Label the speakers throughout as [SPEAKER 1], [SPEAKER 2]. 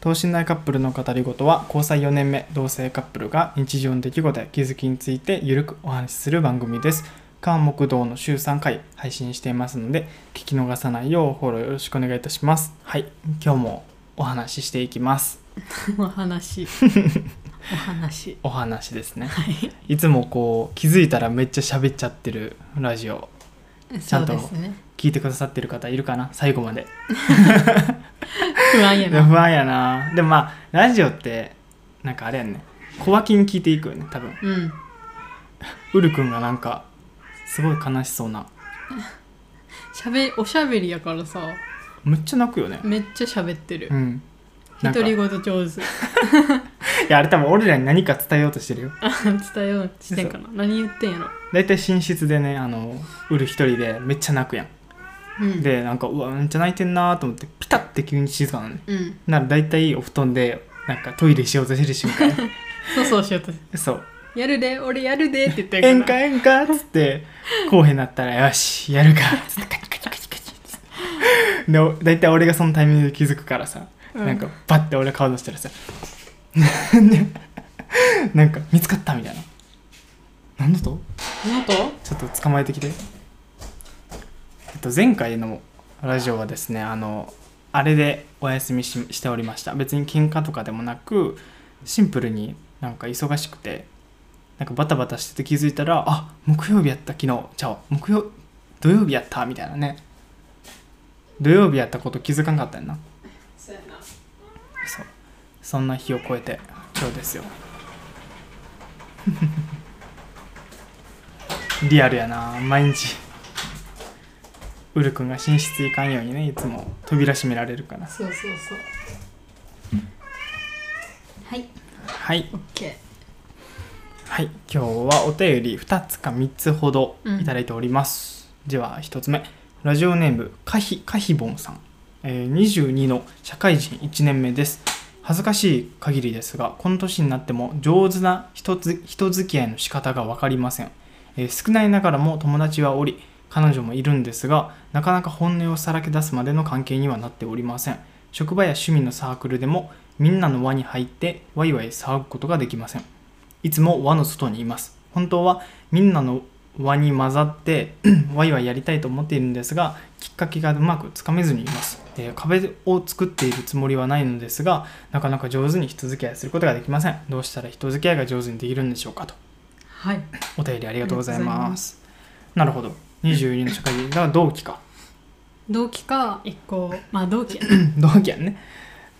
[SPEAKER 1] 等身大カップルの語りごとは交際4年目同性カップルが日常の出来事や気づきについてゆるくお話しする番組です関木道の週3回配信していますので聞き逃さないようフォローよろしくお願いいたしますはい今日もお話ししていきます
[SPEAKER 2] お話お話
[SPEAKER 1] お話ですね
[SPEAKER 2] はい
[SPEAKER 1] いつもこう気づいたらめっちゃ喋っちゃってるラジオちゃんと
[SPEAKER 2] そうですね
[SPEAKER 1] 聞いてくださってる方いるかな最後まで
[SPEAKER 2] 不安や
[SPEAKER 1] 不
[SPEAKER 2] な
[SPEAKER 1] 安やなでもまあラジオってなんかあれやんね小脇に聞いていくよね多分
[SPEAKER 2] うん
[SPEAKER 1] ウル君がなんかすごい悲しそうな
[SPEAKER 2] しゃべおしゃべりやからさ
[SPEAKER 1] めっちゃ泣くよね
[SPEAKER 2] めっちゃ喋ってる
[SPEAKER 1] うんなんか
[SPEAKER 2] 独り
[SPEAKER 1] い
[SPEAKER 2] 言上手
[SPEAKER 1] やあれ多分俺らに何か伝えようとしてるよ
[SPEAKER 2] あ伝えようとしてんかな何言ってんやろ
[SPEAKER 1] 大体寝室でねあのウル一人でめっちゃ泣くやん、
[SPEAKER 2] うん
[SPEAKER 1] でなんかうわめっちゃ泣いてんなーと思ってピタッて急に静かなのね
[SPEAKER 2] うん
[SPEAKER 1] なら大体お布団でなんかトイレしようとしてる瞬 間
[SPEAKER 2] そうそうしようと
[SPEAKER 1] そう
[SPEAKER 2] やるで俺やるでって言って
[SPEAKER 1] 演歌演歌っつ ってこうへんなったらよしやるかっつってカチカチカチカチっつってでお大体俺がそのタイミングで気づくからさ、
[SPEAKER 2] うん
[SPEAKER 1] なんかバッて俺顔出したらさ でなんか見つかったみたいな何だと
[SPEAKER 2] ノート
[SPEAKER 1] ちょっと捕まえてきて、えっと、前回のラジオはですねあのあれでお休みししておりました別に喧嘩とかでもなくシンプルになんか忙しくてなんかバタバタしてて気づいたらあ木曜日やった昨日ちゃう木曜土曜日やったみたいなね土曜日やったこと気づかんかったんやな
[SPEAKER 2] そうやな
[SPEAKER 1] そうそんな日を超えて今日ですよ リアルやな毎日ウル君が寝室行かんようにねいつも扉閉められるから
[SPEAKER 2] そうそうそうはい
[SPEAKER 1] はい
[SPEAKER 2] オッケ
[SPEAKER 1] はい今日はお便り2つか3つほど
[SPEAKER 2] うん
[SPEAKER 1] いただいております、では1つ目ラジオネームかひかひぼんさん、えー22の社会人1年目です恥ずかしい限りですがこの年になっても上手な人づ人付き合いの仕方が分かりません、えー少ないながらも友達はおり彼女もいるんですがなかなか本音をさらけ出すまでの関係にはなっておりません職場や趣味のサークルでもみんなの輪に入ってワイワイ騒ぐことができませんいつも輪の外にいます本当はみんなの輪に混ざって ワイワイやりたいと思っているんですがきっかけがうまくつかめずにいます、えー壁を作っているつもりはないのですがなかなか上手に人付き合いすることができませんどうしたら人付き合いが上手にできるんでしょうかと
[SPEAKER 2] ーはい
[SPEAKER 1] お便りありがとうござい
[SPEAKER 2] ありがとうござい
[SPEAKER 1] ま
[SPEAKER 2] ます
[SPEAKER 1] なるほど22の社会人が同期か
[SPEAKER 2] 同期か一個まあ同期やな
[SPEAKER 1] 同期やんね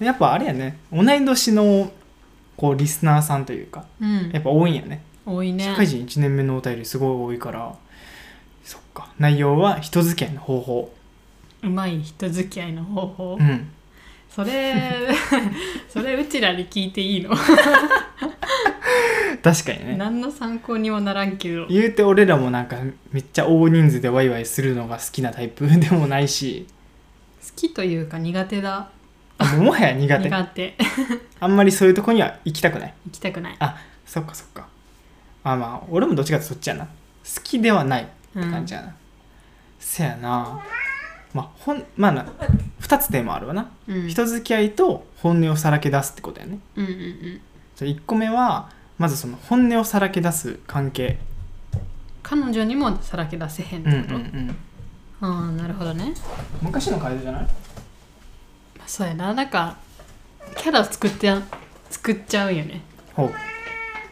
[SPEAKER 1] やっぱあれやね同い年のこうリスナーさんというか
[SPEAKER 2] うん
[SPEAKER 1] やっぱ多いんやね
[SPEAKER 2] 多いね
[SPEAKER 1] 社会人1年目のお便りすごい多いからそっか内容は人付き合いの方法
[SPEAKER 2] うまい人付き合いの方法
[SPEAKER 1] うん
[SPEAKER 2] それそれうちらに聞いていいの、
[SPEAKER 1] 確かにね
[SPEAKER 2] 何の参考にもならんけど
[SPEAKER 1] 言うて俺らもなんかめっちゃ大人数でワイワイするのが好きなタイプ でもないし
[SPEAKER 2] 好きというか苦手だ
[SPEAKER 1] あもうもはや苦手
[SPEAKER 2] 苦手
[SPEAKER 1] あんまりそういうとこには行きたくない
[SPEAKER 2] 行きたくない、
[SPEAKER 1] そっかそっかあまあ俺もどっちかってそっちやな好きではないっ
[SPEAKER 2] う
[SPEAKER 1] て感
[SPEAKER 2] ん
[SPEAKER 1] じ、やな、せやなまあほんまあな2つテーマあるわな、
[SPEAKER 2] うん、
[SPEAKER 1] 人付き合いと本音をさらけ出すってことやね
[SPEAKER 2] うんうんうん
[SPEAKER 1] じゃあ1個目はまずその本音をさらけ出す関係
[SPEAKER 2] 彼女にもさらけ出せへんっ
[SPEAKER 1] うんうん
[SPEAKER 2] て
[SPEAKER 1] う
[SPEAKER 2] こと、
[SPEAKER 1] ん
[SPEAKER 2] ああなるほどね、
[SPEAKER 1] 昔の会社じゃない
[SPEAKER 2] まあそうやななんかキャラ作ってや作っちゃうよね
[SPEAKER 1] ほ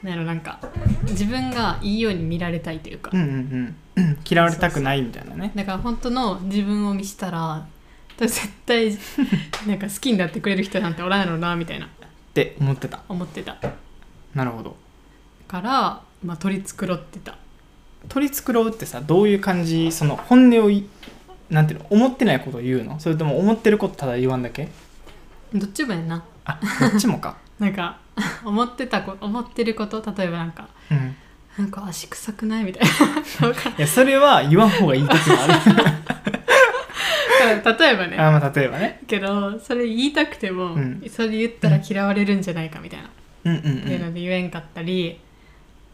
[SPEAKER 2] なんやろなんか自分がいいように見られたいというか、
[SPEAKER 1] ううんうんうん 嫌われたくないみたいなね
[SPEAKER 2] だから本当の自分を見せたら絶対なんか好きになってくれる人なんておらんやろなみたいな
[SPEAKER 1] って思ってた
[SPEAKER 2] 思ってた
[SPEAKER 1] なるほど
[SPEAKER 2] から、まあ、取り繕ってた
[SPEAKER 1] 取り繕うってさどういう感じその本音をいなんていうの思ってないことを言うのそれとも思ってることただ言わんだけ
[SPEAKER 2] どっちもやな
[SPEAKER 1] あどっちも か
[SPEAKER 2] なんか 思ってたこ思ってること例えばなんか
[SPEAKER 1] うん
[SPEAKER 2] なんか足臭くないみたいなわか
[SPEAKER 1] いやそれは言わん方がいい時もある
[SPEAKER 2] らん 例えばね
[SPEAKER 1] あまあ例えばね
[SPEAKER 2] けどそれ言いたくても、
[SPEAKER 1] うん
[SPEAKER 2] それ言ったら嫌われるんじゃないかみたいな、
[SPEAKER 1] うんうん
[SPEAKER 2] っていうので言えんかったり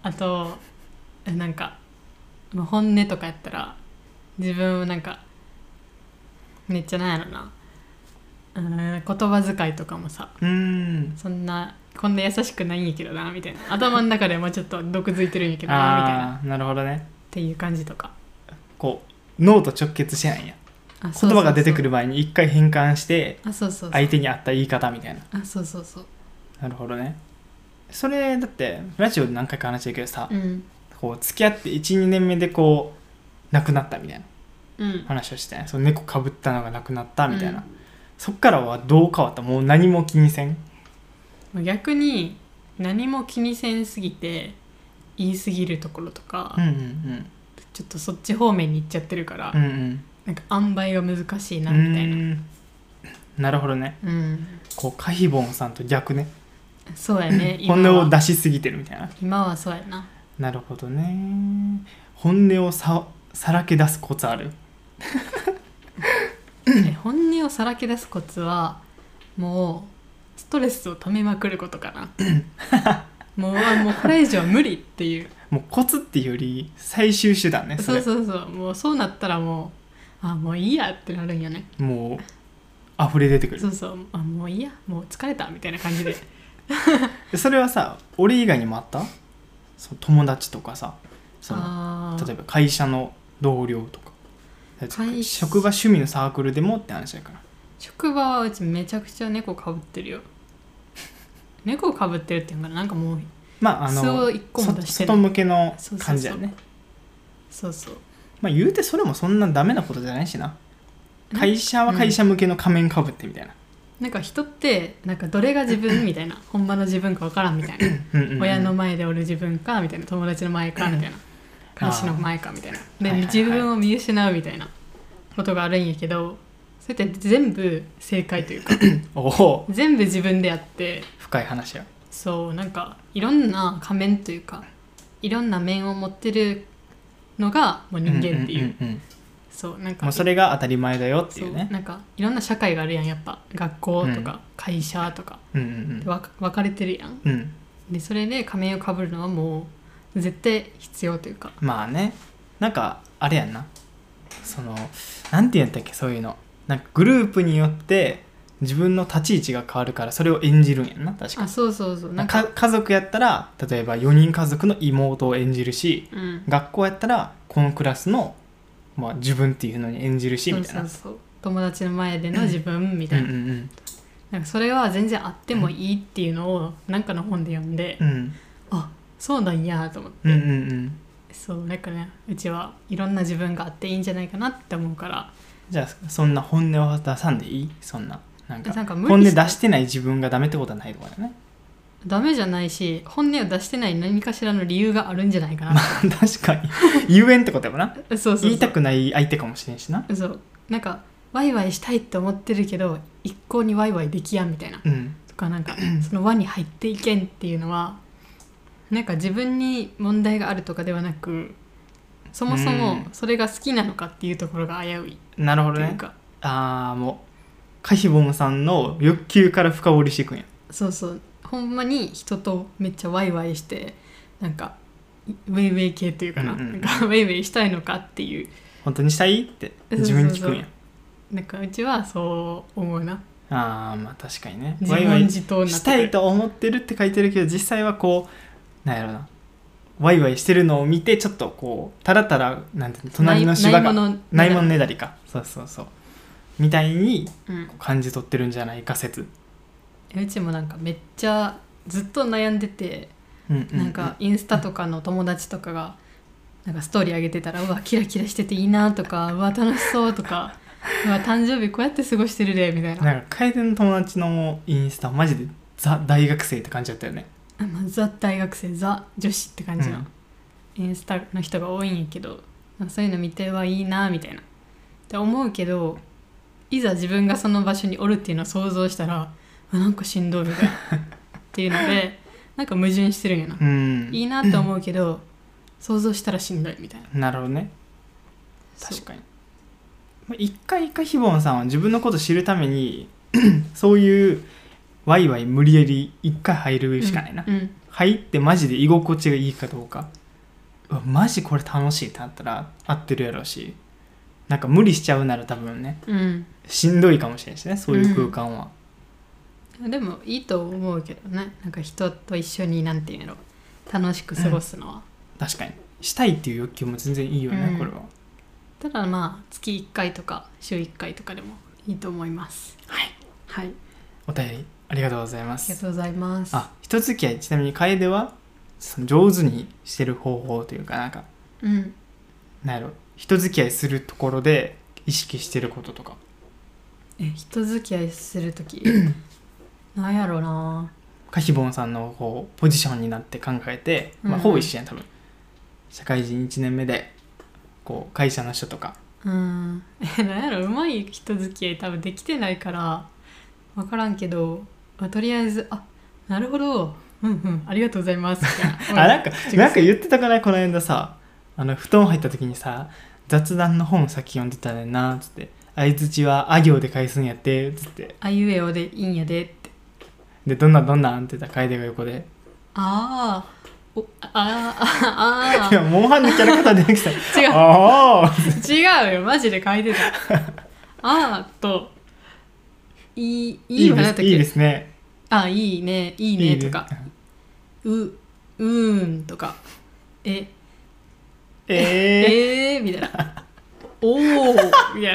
[SPEAKER 2] あとえなんかもう本音とかやったら自分をなんかめっちゃなんやろなうん言葉遣いとかもさ
[SPEAKER 1] うーん
[SPEAKER 2] そんなこんな優しくないんやけどなみたいな頭の中でもちょっと毒づいてるんやけどなみたいなっ
[SPEAKER 1] ああーなるほどね
[SPEAKER 2] ていう感じとか
[SPEAKER 1] こう脳と直結してないんや
[SPEAKER 2] あそうそうそう
[SPEAKER 1] 言葉が出てくる前に一回変換して
[SPEAKER 2] あそうそうそう
[SPEAKER 1] 相手に合った言い方みたいな
[SPEAKER 2] あそうそうそう
[SPEAKER 1] なるほどねそれだってラジオで何回か話してるけどさ、
[SPEAKER 2] うん
[SPEAKER 1] こう付き合って12年目でこう亡くなったみたいな
[SPEAKER 2] うん
[SPEAKER 1] 話をしてねその猫かぶったのが亡くなったみたいな、
[SPEAKER 2] うん
[SPEAKER 1] そっからはどう変わったもう何も気にせん
[SPEAKER 2] 逆に何も気にせんすぎて言い過ぎるところとか、
[SPEAKER 1] うんうん
[SPEAKER 2] ちょっとそっち方面に行っちゃってるから、
[SPEAKER 1] うんうんうん
[SPEAKER 2] なんか塩梅が難しいな
[SPEAKER 1] う
[SPEAKER 2] みたいな
[SPEAKER 1] ーんなるほどね
[SPEAKER 2] うん
[SPEAKER 1] こうカヒボンさんと逆ね
[SPEAKER 2] そうやね今
[SPEAKER 1] 本音を
[SPEAKER 2] は
[SPEAKER 1] 出しすぎてるみたいな
[SPEAKER 2] 今はそうやな
[SPEAKER 1] なるほどね本音をささらけ出すコツある
[SPEAKER 2] え本音をさらけ出すコツはもうストレスをためまくることかな もううわもうこれ以上は無理っていう
[SPEAKER 1] もうコツっていうより最終手段ねそ
[SPEAKER 2] そう
[SPEAKER 1] れ
[SPEAKER 2] そうそうもうそうなったらもうあもういいやってなるんよね
[SPEAKER 1] もう溢れ出てくる
[SPEAKER 2] そうそうあもういいやもう疲れたみたいな感じで
[SPEAKER 1] でそれはさ俺以外にもあったそう友達とかさその
[SPEAKER 2] あー
[SPEAKER 1] 例えば会社の同僚とか
[SPEAKER 2] 会社
[SPEAKER 1] 職場趣味のサークルでもって話だから
[SPEAKER 2] 職場はうちめちゃくちゃ猫かぶって るよ猫かぶってるっていうのかななんかもう
[SPEAKER 1] まああ
[SPEAKER 2] 素を
[SPEAKER 1] の
[SPEAKER 2] 一個も出
[SPEAKER 1] そ
[SPEAKER 2] してな
[SPEAKER 1] 外
[SPEAKER 2] い
[SPEAKER 1] 向けの
[SPEAKER 2] そうそうそう
[SPEAKER 1] 感じだよね
[SPEAKER 2] そうそう
[SPEAKER 1] まあ言うてそれもそんなダメなことじゃないしな
[SPEAKER 2] うん
[SPEAKER 1] 会社は会社向けの仮面かぶってみたいな、
[SPEAKER 2] なんか人ってなんかどれが自分み たいな本場の自分かわからんみたいな
[SPEAKER 1] うんうんうん
[SPEAKER 2] 親の前でおる自分かみたいな友達の前かみたいな彼氏の前かみたいなで、
[SPEAKER 1] はいはいはい
[SPEAKER 2] 自分を見失うみたいなことがあるんやけどそれって全部正解という か
[SPEAKER 1] おお
[SPEAKER 2] 全部自分でやって
[SPEAKER 1] 深い話や
[SPEAKER 2] そうなんかいろんな仮面というかいろんな面を持ってるのがもう人間っていう,、
[SPEAKER 1] んんんん
[SPEAKER 2] そうなんか
[SPEAKER 1] もうそれが当たり前だよって
[SPEAKER 2] そ
[SPEAKER 1] いううね
[SPEAKER 2] なんかいろんな社会があるやんやっぱ学校とか会社とか、
[SPEAKER 1] うんうん
[SPEAKER 2] わか分かれてるやん
[SPEAKER 1] うんうん
[SPEAKER 2] でそれで仮面をかぶるのはもう絶対必要というか
[SPEAKER 1] まあねなんかあれやんなそのなんて言うんだっけそういうのなんかグループによって自分の立ち位置が変わるからそれを演じるんやんな確か
[SPEAKER 2] あそうそうそうなんか
[SPEAKER 1] か家族やったら例えば4人家族の妹を演じるし
[SPEAKER 2] うん
[SPEAKER 1] 学校やったらこのクラスの、まあ、自分っていうのに演じるし
[SPEAKER 2] そ
[SPEAKER 1] み
[SPEAKER 2] う
[SPEAKER 1] たい
[SPEAKER 2] そう
[SPEAKER 1] な
[SPEAKER 2] そう友達の前での自分みたいな,、
[SPEAKER 1] うんうん
[SPEAKER 2] なんかそれは全然あってもいいっていうのをなんかの本で読んで、
[SPEAKER 1] うんうん
[SPEAKER 2] あそうなんやと思っ
[SPEAKER 1] う
[SPEAKER 2] て、
[SPEAKER 1] んうんうん
[SPEAKER 2] そうなんかねうちはいろんな自分があっていいんじゃないかなって思うから
[SPEAKER 1] じゃあそんな本音を出さんでいいそんななんか
[SPEAKER 2] なんか無
[SPEAKER 1] 本音
[SPEAKER 2] 理
[SPEAKER 1] 出
[SPEAKER 2] して
[SPEAKER 1] してない自分がダメってことはないとかだよね
[SPEAKER 2] ダメじゃないし本音を出してない何かしらの理由があるんじゃないかな、
[SPEAKER 1] 確かに言えんってことやもんな
[SPEAKER 2] そうそうそう
[SPEAKER 1] 言いたくない相手かもしれんしな
[SPEAKER 2] そうなんかワイワイしたいって思ってるけど一向にワイワイできやんみたいな
[SPEAKER 1] うん
[SPEAKER 2] とかなんか その輪に入っていけんっていうのはなんか自分に問題があるとかではなくそもそうも
[SPEAKER 1] ん
[SPEAKER 2] それが好きなのかっていうところが危うい
[SPEAKER 1] なるほ
[SPEAKER 2] と
[SPEAKER 1] ど
[SPEAKER 2] いう
[SPEAKER 1] ね
[SPEAKER 2] か、
[SPEAKER 1] ああもうカヒボンさんの欲求から深掘りしていくんや
[SPEAKER 2] そうそうほんまに人とめっちゃワイワイしてなんかウェイウェイ系というかな,、
[SPEAKER 1] うんうん
[SPEAKER 2] なんかウェ イウェイしたいのかっていう
[SPEAKER 1] 本当にしたいって自分に聞くんや
[SPEAKER 2] なんかうちはそう思うな
[SPEAKER 1] ああまあ確かにね
[SPEAKER 2] 自
[SPEAKER 1] ワイワ
[SPEAKER 2] 問
[SPEAKER 1] イ
[SPEAKER 2] 自答に
[SPEAKER 1] し
[SPEAKER 2] なってく
[SPEAKER 1] た
[SPEAKER 2] る
[SPEAKER 1] いと思ってるって書いてるけど実際はこうなんやろなワイワイしてるのを見てちょっとこうたらたらなんていうの隣の芝が
[SPEAKER 2] ない
[SPEAKER 1] ないも
[SPEAKER 2] の
[SPEAKER 1] んねだりかそうそうそうみたいに
[SPEAKER 2] うん
[SPEAKER 1] こう感じ取ってるんじゃないか説
[SPEAKER 2] うちもなんかめっちゃずっと悩んでて
[SPEAKER 1] うんうん
[SPEAKER 2] なんかインスタとかの友達とかがなんかストーリー上げてたらうわキラキラしてていいなとかうわ楽しそうとかうわ誕生日こうやって過ごしてるでみたいな
[SPEAKER 1] なんか楓の友達のインスタマジでザ大学生って感じだったよね
[SPEAKER 2] あまあザ大学生ザ女子って感じの
[SPEAKER 1] うん
[SPEAKER 2] インスタの人が多いんやけどなんかそういうの見てはいいなみたいなって思うけどいざ自分がその場所におるっていうのを想像したらあなんかしんどいみたいなっていうのでなんか矛盾してるんやな
[SPEAKER 1] うん
[SPEAKER 2] いいなって思うけど想像したらしんどいみたいな
[SPEAKER 1] なるほどね
[SPEAKER 2] そう
[SPEAKER 1] 確かにまあ一回かひぼんさんは自分のこと知るために そういうワイワイ無理やり一回入るしかないな、
[SPEAKER 2] うんうん
[SPEAKER 1] 入ってマジで居心地がいいかどうかうわマジこれ楽しいってなったら合ってるやろうしなんか無理しちゃうなら多分ね
[SPEAKER 2] うん
[SPEAKER 1] しんどいかもしれないしねそういう空間は、
[SPEAKER 2] でもいいと思うけどねなんか人と一緒になんていうんやろ楽しく過ごすのは、
[SPEAKER 1] 確かにしたいっていう欲求も全然いいよね、
[SPEAKER 2] うん
[SPEAKER 1] これは
[SPEAKER 2] ただまあ月1回とか週1回とかでもいいと思います
[SPEAKER 1] はい、
[SPEAKER 2] はい、
[SPEAKER 1] お便りありがとうございま
[SPEAKER 2] ありが
[SPEAKER 1] す
[SPEAKER 2] とうございます
[SPEAKER 1] あ人付き合いちなみに楓はその上手にしてる方法というかなんか
[SPEAKER 2] うん
[SPEAKER 1] なんやろ人付き合いするところで意識してることとか
[SPEAKER 2] え人付き合いする 時なんやろうな
[SPEAKER 1] カヒボンさんのこうポジションになって考えて、ま
[SPEAKER 2] う
[SPEAKER 1] あ、
[SPEAKER 2] ん
[SPEAKER 1] ほぼ一緒やん多分社会人1年目でこう会社の人とか
[SPEAKER 2] うんえなんやろうまい人付き合い多分できてないから分からんけど、まあ、とりあえずあなるほどうんうんありがとうございますみた い
[SPEAKER 1] あなんか
[SPEAKER 2] 違う
[SPEAKER 1] なんか言ってたくないこの間さあの布団入った時にさ雑談の本さっき読んでたねんなっつって相づちはあ行で返すんやってっつって
[SPEAKER 2] あいうえおでいいんやでって
[SPEAKER 1] でどんなんどんなんって言ったら楓が横で
[SPEAKER 2] あーおあ
[SPEAKER 1] い
[SPEAKER 2] ああ
[SPEAKER 1] やモンハンのキャラクター出てきた
[SPEAKER 2] あ違う
[SPEAKER 1] ああ
[SPEAKER 2] 違うよマジで書いてたあーといいいい
[SPEAKER 1] い
[SPEAKER 2] よ
[SPEAKER 1] で
[SPEAKER 2] な
[SPEAKER 1] すいいですすね
[SPEAKER 2] あいいねいいねとか
[SPEAKER 1] ね
[SPEAKER 2] ううーんとかえ
[SPEAKER 1] えー、
[SPEAKER 2] えー、みたいなおおみたい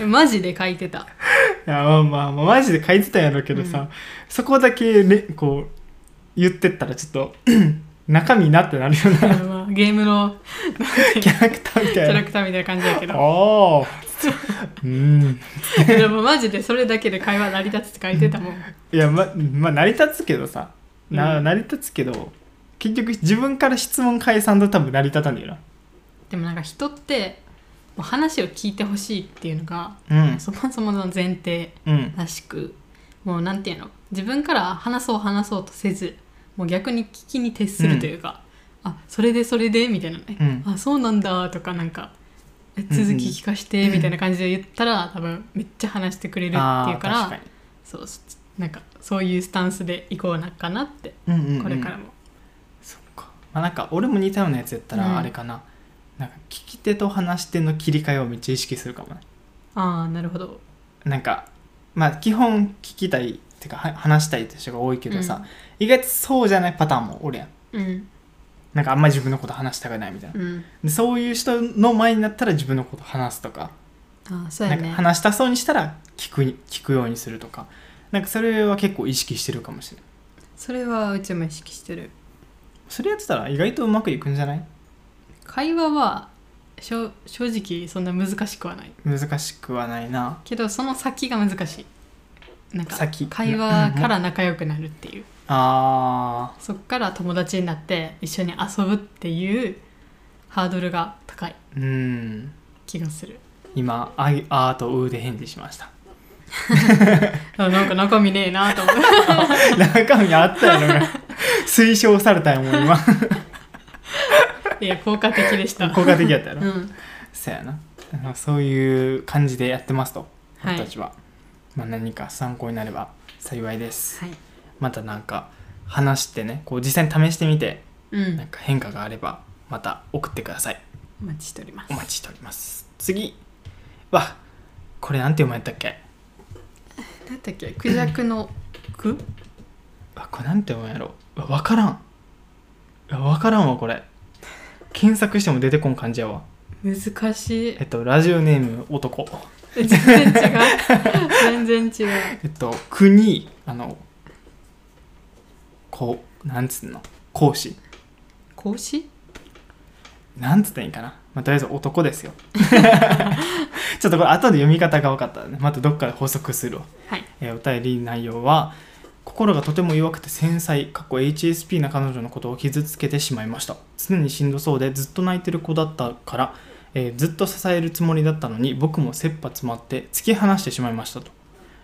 [SPEAKER 2] なマジで書いてた
[SPEAKER 1] いやまあまあ、まあ、マジで書いてたんやろうけどさ、
[SPEAKER 2] うん
[SPEAKER 1] そこだけ、ね、こう言ってったらちょっと 中身なってなるよ
[SPEAKER 2] あ
[SPEAKER 1] な
[SPEAKER 2] のまあゲームの
[SPEAKER 1] キャラクターみ
[SPEAKER 2] キ
[SPEAKER 1] た
[SPEAKER 2] ャ
[SPEAKER 1] い
[SPEAKER 2] ラ
[SPEAKER 1] な
[SPEAKER 2] クターみたいな感じや けど
[SPEAKER 1] おおうん
[SPEAKER 2] でもマジでそれだけで会話成り立つって書いてたもん
[SPEAKER 1] いやままあ成り立つけどさな、
[SPEAKER 2] うん
[SPEAKER 1] 成り立つけど結局自分から質問返さんと多分成り立たんだよ
[SPEAKER 2] でもなんか人ってもう話を聞いてほしいっていうのが
[SPEAKER 1] なうん
[SPEAKER 2] そもそもの前提
[SPEAKER 1] うん
[SPEAKER 2] らしくもうなんていうの自分から話そう話そうとせずもう逆に聞きに徹するというか、あそれでそれでみたいなね、
[SPEAKER 1] うん
[SPEAKER 2] あそうなんだとかなんかえ
[SPEAKER 1] うんうん
[SPEAKER 2] 続き聞かしてみたいな感じで言ったら、多分めっちゃ話してくれるって
[SPEAKER 1] あ
[SPEAKER 2] い
[SPEAKER 1] ー
[SPEAKER 2] うか
[SPEAKER 1] 確から
[SPEAKER 2] そうそなんかそういうスタンスでいこうなかなって
[SPEAKER 1] に、うんうんうん
[SPEAKER 2] これからも、
[SPEAKER 1] そっかまあなんか俺も似たようなやつやった
[SPEAKER 2] うん
[SPEAKER 1] らあれかな,、なんか聞き手と話し手の切り替えをめっちゃ意識するかもね
[SPEAKER 2] ああなるほど
[SPEAKER 1] なんかまあ基本聞きたいってかは話したいって人が多いけどさ、意外とそうじゃないパターンもおるやん
[SPEAKER 2] うん
[SPEAKER 1] なんかあんま自分のこと話したくないみたいな、
[SPEAKER 2] うん
[SPEAKER 1] でそういう人の前になったら自分のこと話すとか、
[SPEAKER 2] ああそう
[SPEAKER 1] な
[SPEAKER 2] や
[SPEAKER 1] んか
[SPEAKER 2] ね
[SPEAKER 1] 話したそうにしたら聞くに聞くようにするとかなんかそれは結構意識してるかもしれない
[SPEAKER 2] それはうちも意識してる
[SPEAKER 1] それやってたら意外とうまくいくんじゃない
[SPEAKER 2] 会話はしょ正直そんな難しくはない
[SPEAKER 1] 難しくはないな
[SPEAKER 2] けどその先が難しいなんか
[SPEAKER 1] 先
[SPEAKER 2] 会話から仲良くなるっていう、
[SPEAKER 1] あ
[SPEAKER 2] そっから友達になって一緒に遊ぶっていうハードルが高い
[SPEAKER 1] ーうん
[SPEAKER 2] 気がする
[SPEAKER 1] 今「あい」あーと「う」で返事しました
[SPEAKER 2] あなんか中身ねえなと 思う
[SPEAKER 1] 中身あったのが推奨されたよもう今
[SPEAKER 2] いや効果的でした
[SPEAKER 1] 効果的やったやろ、
[SPEAKER 2] うん
[SPEAKER 1] そやなあのそういう感じでやってますと
[SPEAKER 2] はい
[SPEAKER 1] 僕たちは、まあ、何か参考になれば幸いです
[SPEAKER 2] はい
[SPEAKER 1] またなんか話してねこう実際に試してみて
[SPEAKER 2] うん
[SPEAKER 1] なんか変化があればまた送ってください
[SPEAKER 2] お待ちしております
[SPEAKER 1] お待ちしております次はこれなんて読むんやったっけ
[SPEAKER 2] 何だっけクジャクの「く
[SPEAKER 1] わこれなんて読むんやろうわわからんうわわからんわこれ検索しても出てこん感じやわ」
[SPEAKER 2] 難しい
[SPEAKER 1] えっとラジオネーム男
[SPEAKER 2] え全然違う全然違う
[SPEAKER 1] えっと、国、あの、こう、なんつうの、講師。
[SPEAKER 2] 孔子
[SPEAKER 1] なんつったらいいんかな。まあ、とりあえず男ですよ。 ちょっとこれ後で読み方が分かったらね、またどっかで補足するわ。
[SPEAKER 2] はい
[SPEAKER 1] えーお便り内容は、心がとても弱くて繊細、過去 HSP な彼女のことを傷つけてしまいました。常にしんどそうでずっと泣いてる子だったから、えーずっと支えるつもりだったのに僕も切羽詰まって突き放してしまいましたと、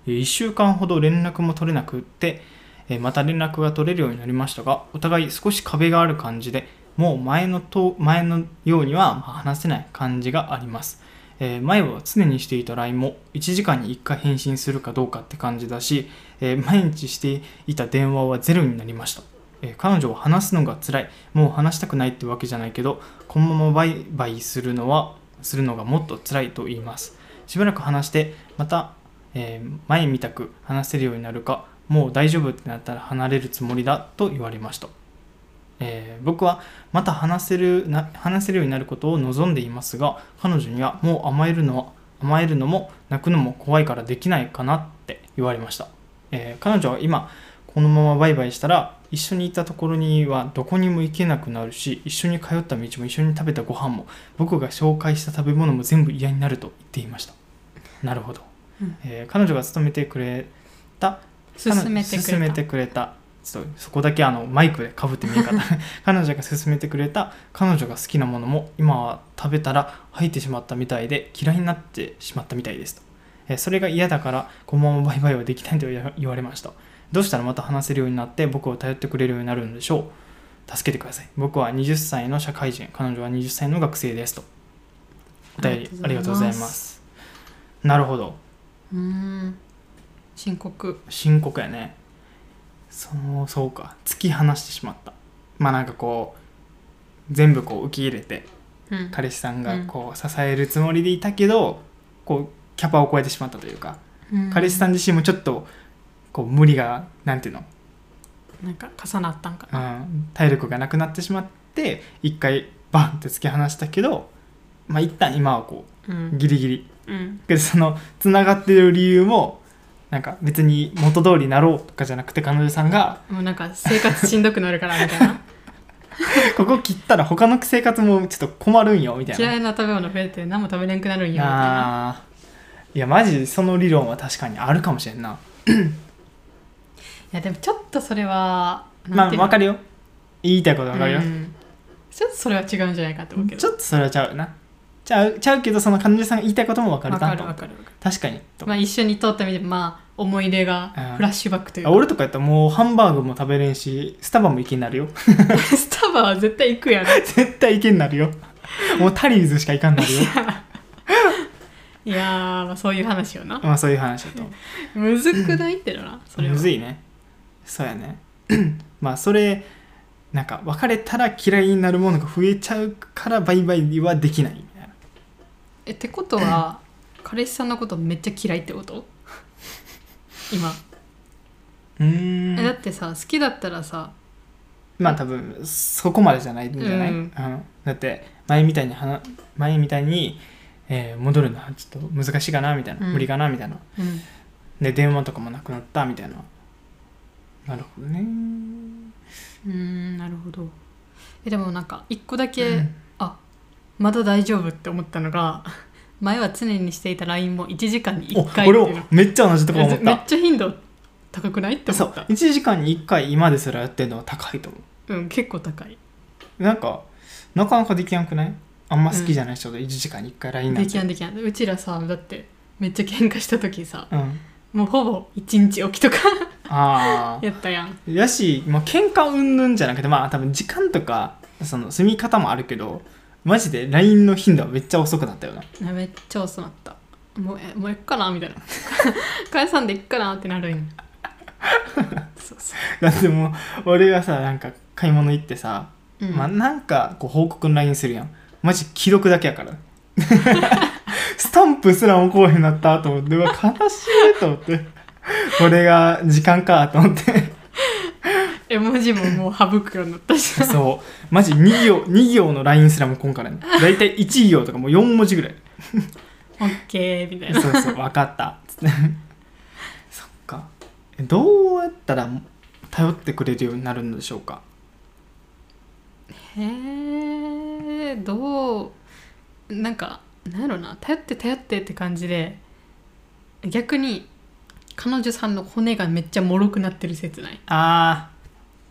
[SPEAKER 1] え1週間ほど連絡も取れなくって、えーまた連絡が取れるようになりましたがお互い少し壁がある感じでもう前のと前のようにはまあ話せない感じがあります、えー前は常にしていた LINE も1時間に1回返信するかどうかって感じだし、えー毎日していた電話はゼロになりました、えー彼女は話すのが辛いもう話したくないってわけじゃないけどこのままバイバイするのはするのがもっと辛いと言いますしばらく話してまた、えー前みたく話せるようになるかもう大丈夫ってなったら離れるつもりだと言われました、えー僕はまた話せるな話せるようになることを望んでいますが彼女にはもう甘えるのは甘えるのも泣くのも怖いからできないかなって言われました、えー彼女は今このままバイバイしたら一緒にいたところにはどこにも行けなくなるし一緒に通った道も一緒に食べたご飯も僕が紹介した食べ物も全部嫌になると言っていましたなるほど、
[SPEAKER 2] うん
[SPEAKER 1] えー彼女が勤めてくれた
[SPEAKER 2] 勧めてくれた
[SPEAKER 1] 勧めてくれたちょっとそこだけあのマイクでかぶってみ るかな彼女が勧めてくれた彼女が好きなものも今は食べたら吐いてしまったみたいで嫌いになってしまったみたいですと、えーそれが嫌だからこのままバイバイはできないと言わ言われましたどうしたらまた話せるようになって僕を頼ってくれるようになるんでしょう助けてください僕は20歳の社会人彼女は20歳の学生ですとお便りあ
[SPEAKER 2] あ
[SPEAKER 1] り
[SPEAKER 2] り
[SPEAKER 1] が
[SPEAKER 2] が
[SPEAKER 1] と
[SPEAKER 2] と
[SPEAKER 1] うご
[SPEAKER 2] うご
[SPEAKER 1] ざい
[SPEAKER 2] ざい
[SPEAKER 1] ま
[SPEAKER 2] ます
[SPEAKER 1] なるほど
[SPEAKER 2] うーん深刻
[SPEAKER 1] 深刻やねそのそうか突き放してしまったまあなんかこう全部こう受け入れて
[SPEAKER 2] うん
[SPEAKER 1] 彼氏さん
[SPEAKER 2] う
[SPEAKER 1] が
[SPEAKER 2] ん
[SPEAKER 1] こう支えるつもりでいたけど、こうキャパを超えてしまったというか、彼氏さん自身もちょっとこう無理がなんていうの、
[SPEAKER 2] うんなんか重なったんか
[SPEAKER 1] う
[SPEAKER 2] な、
[SPEAKER 1] ん、体力がなくなってしまって一回バンって突き放したけどまあ一旦今はこ
[SPEAKER 2] う
[SPEAKER 1] うんギリギリ
[SPEAKER 2] うん
[SPEAKER 1] けどそのつながってる理由もなんか別に元通りになろうとかじゃなくて彼女さんが
[SPEAKER 2] もうなんか生活しんどくなるから みたいな
[SPEAKER 1] ここ切ったら他の生活もちょっと困るんよみたいな
[SPEAKER 2] 嫌いな食べ物増えて何も食べれんくなるんよみたいな
[SPEAKER 1] あーいやマジその理論は確かにあるかもしれんない
[SPEAKER 2] やでもちょっとそれは
[SPEAKER 1] まあわか
[SPEAKER 2] る
[SPEAKER 1] るよ言いたいことわかるよ、
[SPEAKER 2] ちょっとそれは違うんじゃないかと思うけど
[SPEAKER 1] ちょっとそれはちゃうよなちゃうちゃうけどその彼女さんが言いたいこともわかる
[SPEAKER 2] わ
[SPEAKER 1] な
[SPEAKER 2] か
[SPEAKER 1] と
[SPEAKER 2] るわかるわか
[SPEAKER 1] 確かにと
[SPEAKER 2] る、まあ、一緒に通ったみてまあ思い出がフラッシュバックという
[SPEAKER 1] あ
[SPEAKER 2] か、
[SPEAKER 1] 俺とかやったらもうハンバーグも食べれんしスタバも行けになるよ
[SPEAKER 2] スタバは絶対行くやろ
[SPEAKER 1] 絶対行けになるよもうタリーズしか行かんなるよ
[SPEAKER 2] いやー、まあ、そういう話よな
[SPEAKER 1] まあそういう話だと
[SPEAKER 2] むずくないってのなそれは
[SPEAKER 1] むずいねそうやね まあそれなんか別れたら嫌いになるものが増えちゃうからバイバイはできないみたいな
[SPEAKER 2] えってことは彼氏さんのことめっちゃ嫌いってこと 今、
[SPEAKER 1] うーん
[SPEAKER 2] えだってさ好きだったらさ
[SPEAKER 1] まあ多分そこまでじゃないんじゃない、
[SPEAKER 2] うん
[SPEAKER 1] うんだって前みたいに話前みたいに、えー戻るのはちょっと難しいかなみたいな、
[SPEAKER 2] うん
[SPEAKER 1] 無理かなみたいな
[SPEAKER 2] うん
[SPEAKER 1] で電話とかもなくなったみたいななるほどね
[SPEAKER 2] うーんなるほどえでもなんか一個だけ、
[SPEAKER 1] うん
[SPEAKER 2] まだ大丈夫って思ったのが 前は常にしていた LINE も1時間に
[SPEAKER 1] お
[SPEAKER 2] 1回って
[SPEAKER 1] 俺
[SPEAKER 2] いう
[SPEAKER 1] もめっちゃ同じとこ思っ
[SPEAKER 2] のめったちゃ頻度高くないって
[SPEAKER 1] そ
[SPEAKER 2] 思
[SPEAKER 1] う
[SPEAKER 2] った
[SPEAKER 1] 1時間に1回今ですらやってるのは高いと思う
[SPEAKER 2] うん結構高い
[SPEAKER 1] なんかなかなかできなくないあんま好きじゃない人で1時間に1回 LINE なん
[SPEAKER 2] でき
[SPEAKER 1] て、
[SPEAKER 2] やんできやんうちらさだってめっちゃ喧嘩した時さ
[SPEAKER 1] うん
[SPEAKER 2] もうほぼ1日起きとか
[SPEAKER 1] ああ
[SPEAKER 2] やったやん
[SPEAKER 1] やし、まあ、喧嘩うんぬんじゃなくてまあ多分時間とかその住み方もあるけどマジで LINE の頻度はめっちゃ遅くなったよな
[SPEAKER 2] あめっちゃ遅なったもうえもう行くかなみたいな 解散で行くかなってなるんよそうそ
[SPEAKER 1] だってもう俺がさなんか買い物行ってさ、
[SPEAKER 2] う、うん
[SPEAKER 1] まあなんかこう報告の LINE するやんマジ既読だけや からスタンプすらもこうへんなったと思ってうわ悲しいと思ってこれが時間かと思って
[SPEAKER 2] 絵文字ももう省くようになったし
[SPEAKER 1] そうマジ2行2行の LINE すらも今からね大体1行とかもう4文字ぐら い
[SPEAKER 2] オッケーみたいな
[SPEAKER 1] そうそう分かった つってそっかえどうやったら頼ってくれるようになるんでしょうか
[SPEAKER 2] へえどうなんかなんやろな頼って頼ってって感じで逆に彼女さんの骨がめっちゃ脆くなってる説ない
[SPEAKER 1] あー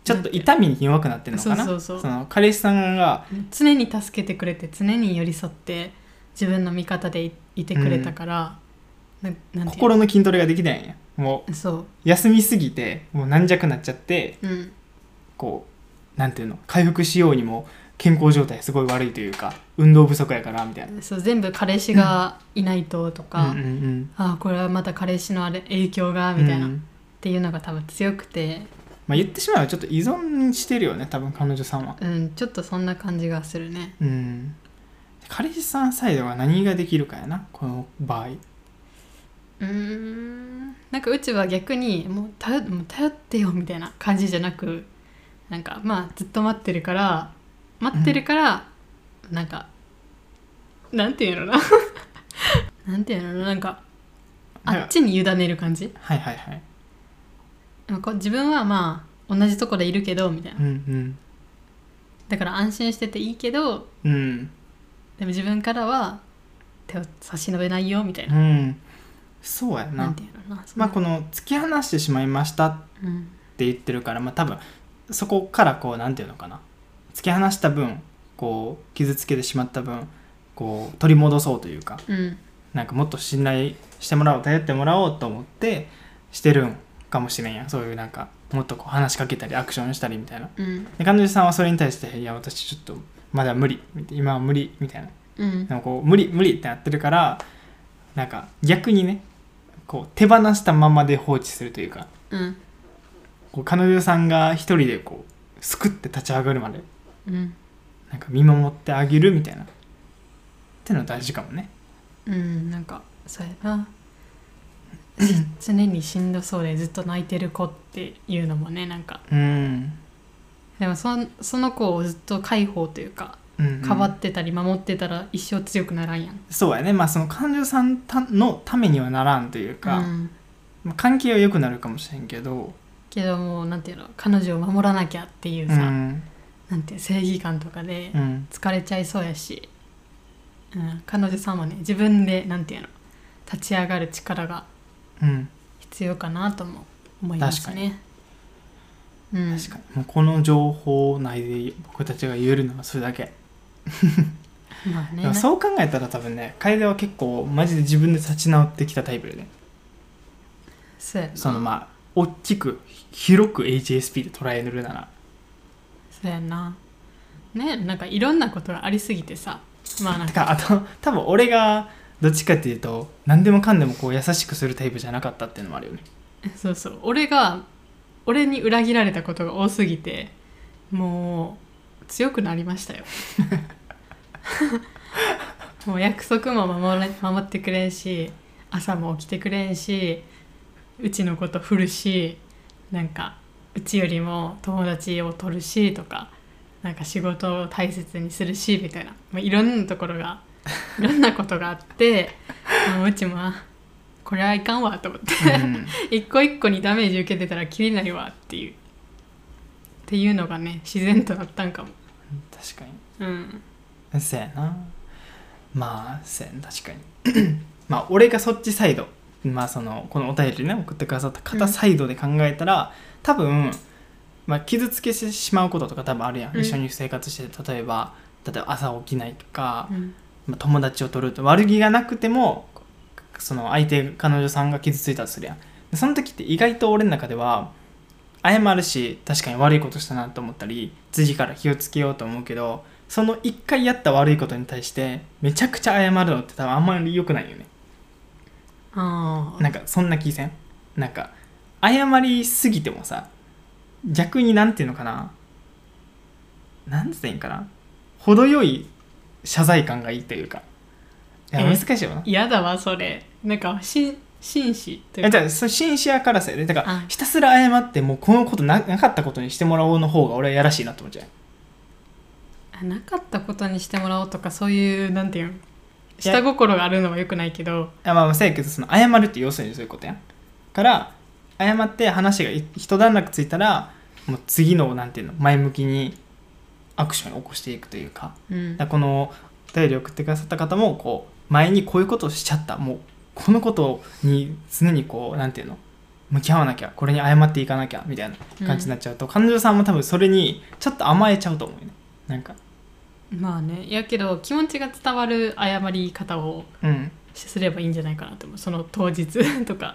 [SPEAKER 1] ちょっと痛みに弱くなってるのかな
[SPEAKER 2] そうそうそう
[SPEAKER 1] の彼氏さんが
[SPEAKER 2] 常に助けてくれて常に寄り添って自分の味方でいいてくれたから、ななんていうの
[SPEAKER 1] 心の筋トレができないんやも
[SPEAKER 2] そう
[SPEAKER 1] 休みすぎてもう軟弱になっちゃって
[SPEAKER 2] ううん
[SPEAKER 1] こうなんていうの回復しようにも健康状態すごい悪いというか運動不足やからみたいな
[SPEAKER 2] そう全部彼氏がいないととか、
[SPEAKER 1] うんうんうん
[SPEAKER 2] ああこれはまた彼氏のあれ影響がみたいな、
[SPEAKER 1] う
[SPEAKER 2] っ
[SPEAKER 1] ん
[SPEAKER 2] ていうのが多分強くて、
[SPEAKER 1] まあ、言ってしまえばちょっと依存してるよね多分彼女さんは
[SPEAKER 2] うん、ちょっとそんな感じがするね
[SPEAKER 1] うん彼氏さんサイドは何ができるかやなこの場合
[SPEAKER 2] うーんなんかうちは逆にもう頼もう頼ってよみたいな感じじゃなくなんかまあずっと待ってるから待ってるから、なんかなんていうのな なんていうのなんかあっちに委ねる感じ
[SPEAKER 1] はいはいはい
[SPEAKER 2] なんかこう自分はまあ同じとこでいるけどみたいな
[SPEAKER 1] うん
[SPEAKER 2] だから安心してていいけど
[SPEAKER 1] うんうん
[SPEAKER 2] でも自分からは手を差し伸べないよみたいな
[SPEAKER 1] うんそうや
[SPEAKER 2] なん
[SPEAKER 1] な
[SPEAKER 2] ていうのかな
[SPEAKER 1] まあこの突き放してしまいましたっ
[SPEAKER 2] うん
[SPEAKER 1] て言ってるからまあ多分そこからこうなんていうのかな突き放した分こう傷つけてしまった分こう取り戻そうというか
[SPEAKER 2] うん
[SPEAKER 1] なんかもっと信頼してもらおう頼ってもらおうと思ってしてるんかもしれんやそういうなんかもっとこう話しかけたりアクションしたりみたいな
[SPEAKER 2] うん
[SPEAKER 1] で彼女さんはそれに対して「いや私ちょっとまだ無理今は無理」みたいな
[SPEAKER 2] うん
[SPEAKER 1] でもこう無理無理ってなってるからなんか逆にねこう手放したままで放置するというか
[SPEAKER 2] うん
[SPEAKER 1] こう彼女さんが一人でこうすくって立ち上がるまで
[SPEAKER 2] うん
[SPEAKER 1] なんか見守ってあげるみたいなってのは大事かもね
[SPEAKER 2] うんなんかそうやなし常にしんどそうでずっと泣いてる子っていうのもねなんか
[SPEAKER 1] うん
[SPEAKER 2] でもそんその子をずっと解放というか
[SPEAKER 1] うんうん
[SPEAKER 2] かばってたり守ってたら一生強くならんやん
[SPEAKER 1] そうやねまあその患者さんたのためにはならんというか、
[SPEAKER 2] うん
[SPEAKER 1] まあ関係は良くなるかもしれんけど、
[SPEAKER 2] けどもうなんていうの彼女を守らなきゃっていう
[SPEAKER 1] う
[SPEAKER 2] さ、
[SPEAKER 1] ん
[SPEAKER 2] なんていう正義感とかで
[SPEAKER 1] うん、
[SPEAKER 2] 疲れちゃいそうやし、うん、彼女さんもね自分でなんていうの立ち上がる力が
[SPEAKER 1] うん、
[SPEAKER 2] 必要かなとも思いますね。うん、
[SPEAKER 1] 確かにもうこの情報内で僕たちが言えるのはそれだけ、
[SPEAKER 2] まあ
[SPEAKER 1] でも
[SPEAKER 2] ね
[SPEAKER 1] そう考えたら多分ね楓は結構マジで自分で立ち直ってきたタイプでね
[SPEAKER 2] そうやな
[SPEAKER 1] そのまあ大きく広く HSP で捉えるなら
[SPEAKER 2] そうやなねなんかいろんなことがありすぎてさまあなん
[SPEAKER 1] て
[SPEAKER 2] か
[SPEAKER 1] かあと多分俺がどっちかっていうと何でもかんでもこう優しくするタイプじゃなかったっていうのもある よね
[SPEAKER 2] そうそう俺が俺に裏切られたことが多すぎてもう強くなりましたよもう約束も守れ守ってくれんし朝も起きてくれんしうちのこと振るしなんかうちよりも友達を取るしとかなんか仕事を大切にするしみたいな、まあ、いろんなところがいろんなことがあってもううちもあこれはいかんわと思って
[SPEAKER 1] うん
[SPEAKER 2] 一個一個にダメージ受けてたらきりないわっていうっていうのがね自然となったんかも
[SPEAKER 1] 確かに
[SPEAKER 2] うん
[SPEAKER 1] せやなまあせやな確かに まあ俺がそっちサイドまあそのこのお便りね送ってくださった
[SPEAKER 2] う
[SPEAKER 1] 方
[SPEAKER 2] ん
[SPEAKER 1] サイドで考えたら、多分、まあ、傷つけてしまうこととか多分あるやん、
[SPEAKER 2] うん
[SPEAKER 1] 一緒に生活してて例えば例えば朝起きないとか、
[SPEAKER 2] うん
[SPEAKER 1] まあ、友達を取ると悪気がなくてもその相手彼女さんが傷ついたとするやんでその時って意外と俺の中では謝るし確かに悪いことしたなと思ったり次から気をつけようと思うけどその一回やった悪いことに対してめちゃくちゃ謝るのって多分あんまり良くないよね
[SPEAKER 2] ああ
[SPEAKER 1] なんかそんな気せんなんか謝りすぎてもさ逆になんていうのかななんつっていいんかな程よい謝罪感がいいというかいや
[SPEAKER 2] え
[SPEAKER 1] 難しいよな
[SPEAKER 2] 嫌だわそれなんかし紳士とい
[SPEAKER 1] え
[SPEAKER 2] う
[SPEAKER 1] じ
[SPEAKER 2] か
[SPEAKER 1] ゃあそれシンシアからさだか
[SPEAKER 2] あ
[SPEAKER 1] らひたすら謝ってもうこのことななかったことにしてもらおうの方が俺はやらしいなと思っちゃう
[SPEAKER 2] あなかったことにしてもらおうとかそういうなんていうの下心があるのはよくないけど
[SPEAKER 1] あまあまあせやけどその謝るって要するにそういうことやんから謝って話がい一段落ついたらもう次のなんていうの前向きにアクションを起こしていくというか
[SPEAKER 2] うん
[SPEAKER 1] だからこのお便り送ってくださった方もこう前にこういうことをしちゃったもうこのことに常にこうなんていうの向き合わなきゃこれに謝っていかなきゃみたいな感じになっちゃうと、彼女さんも多分それにちょっと甘えちゃうと思うよねなんか
[SPEAKER 2] うんまあねやけど気持ちが伝わる謝り方を
[SPEAKER 1] うん
[SPEAKER 2] すればいいんじゃないかなと思うその当日とか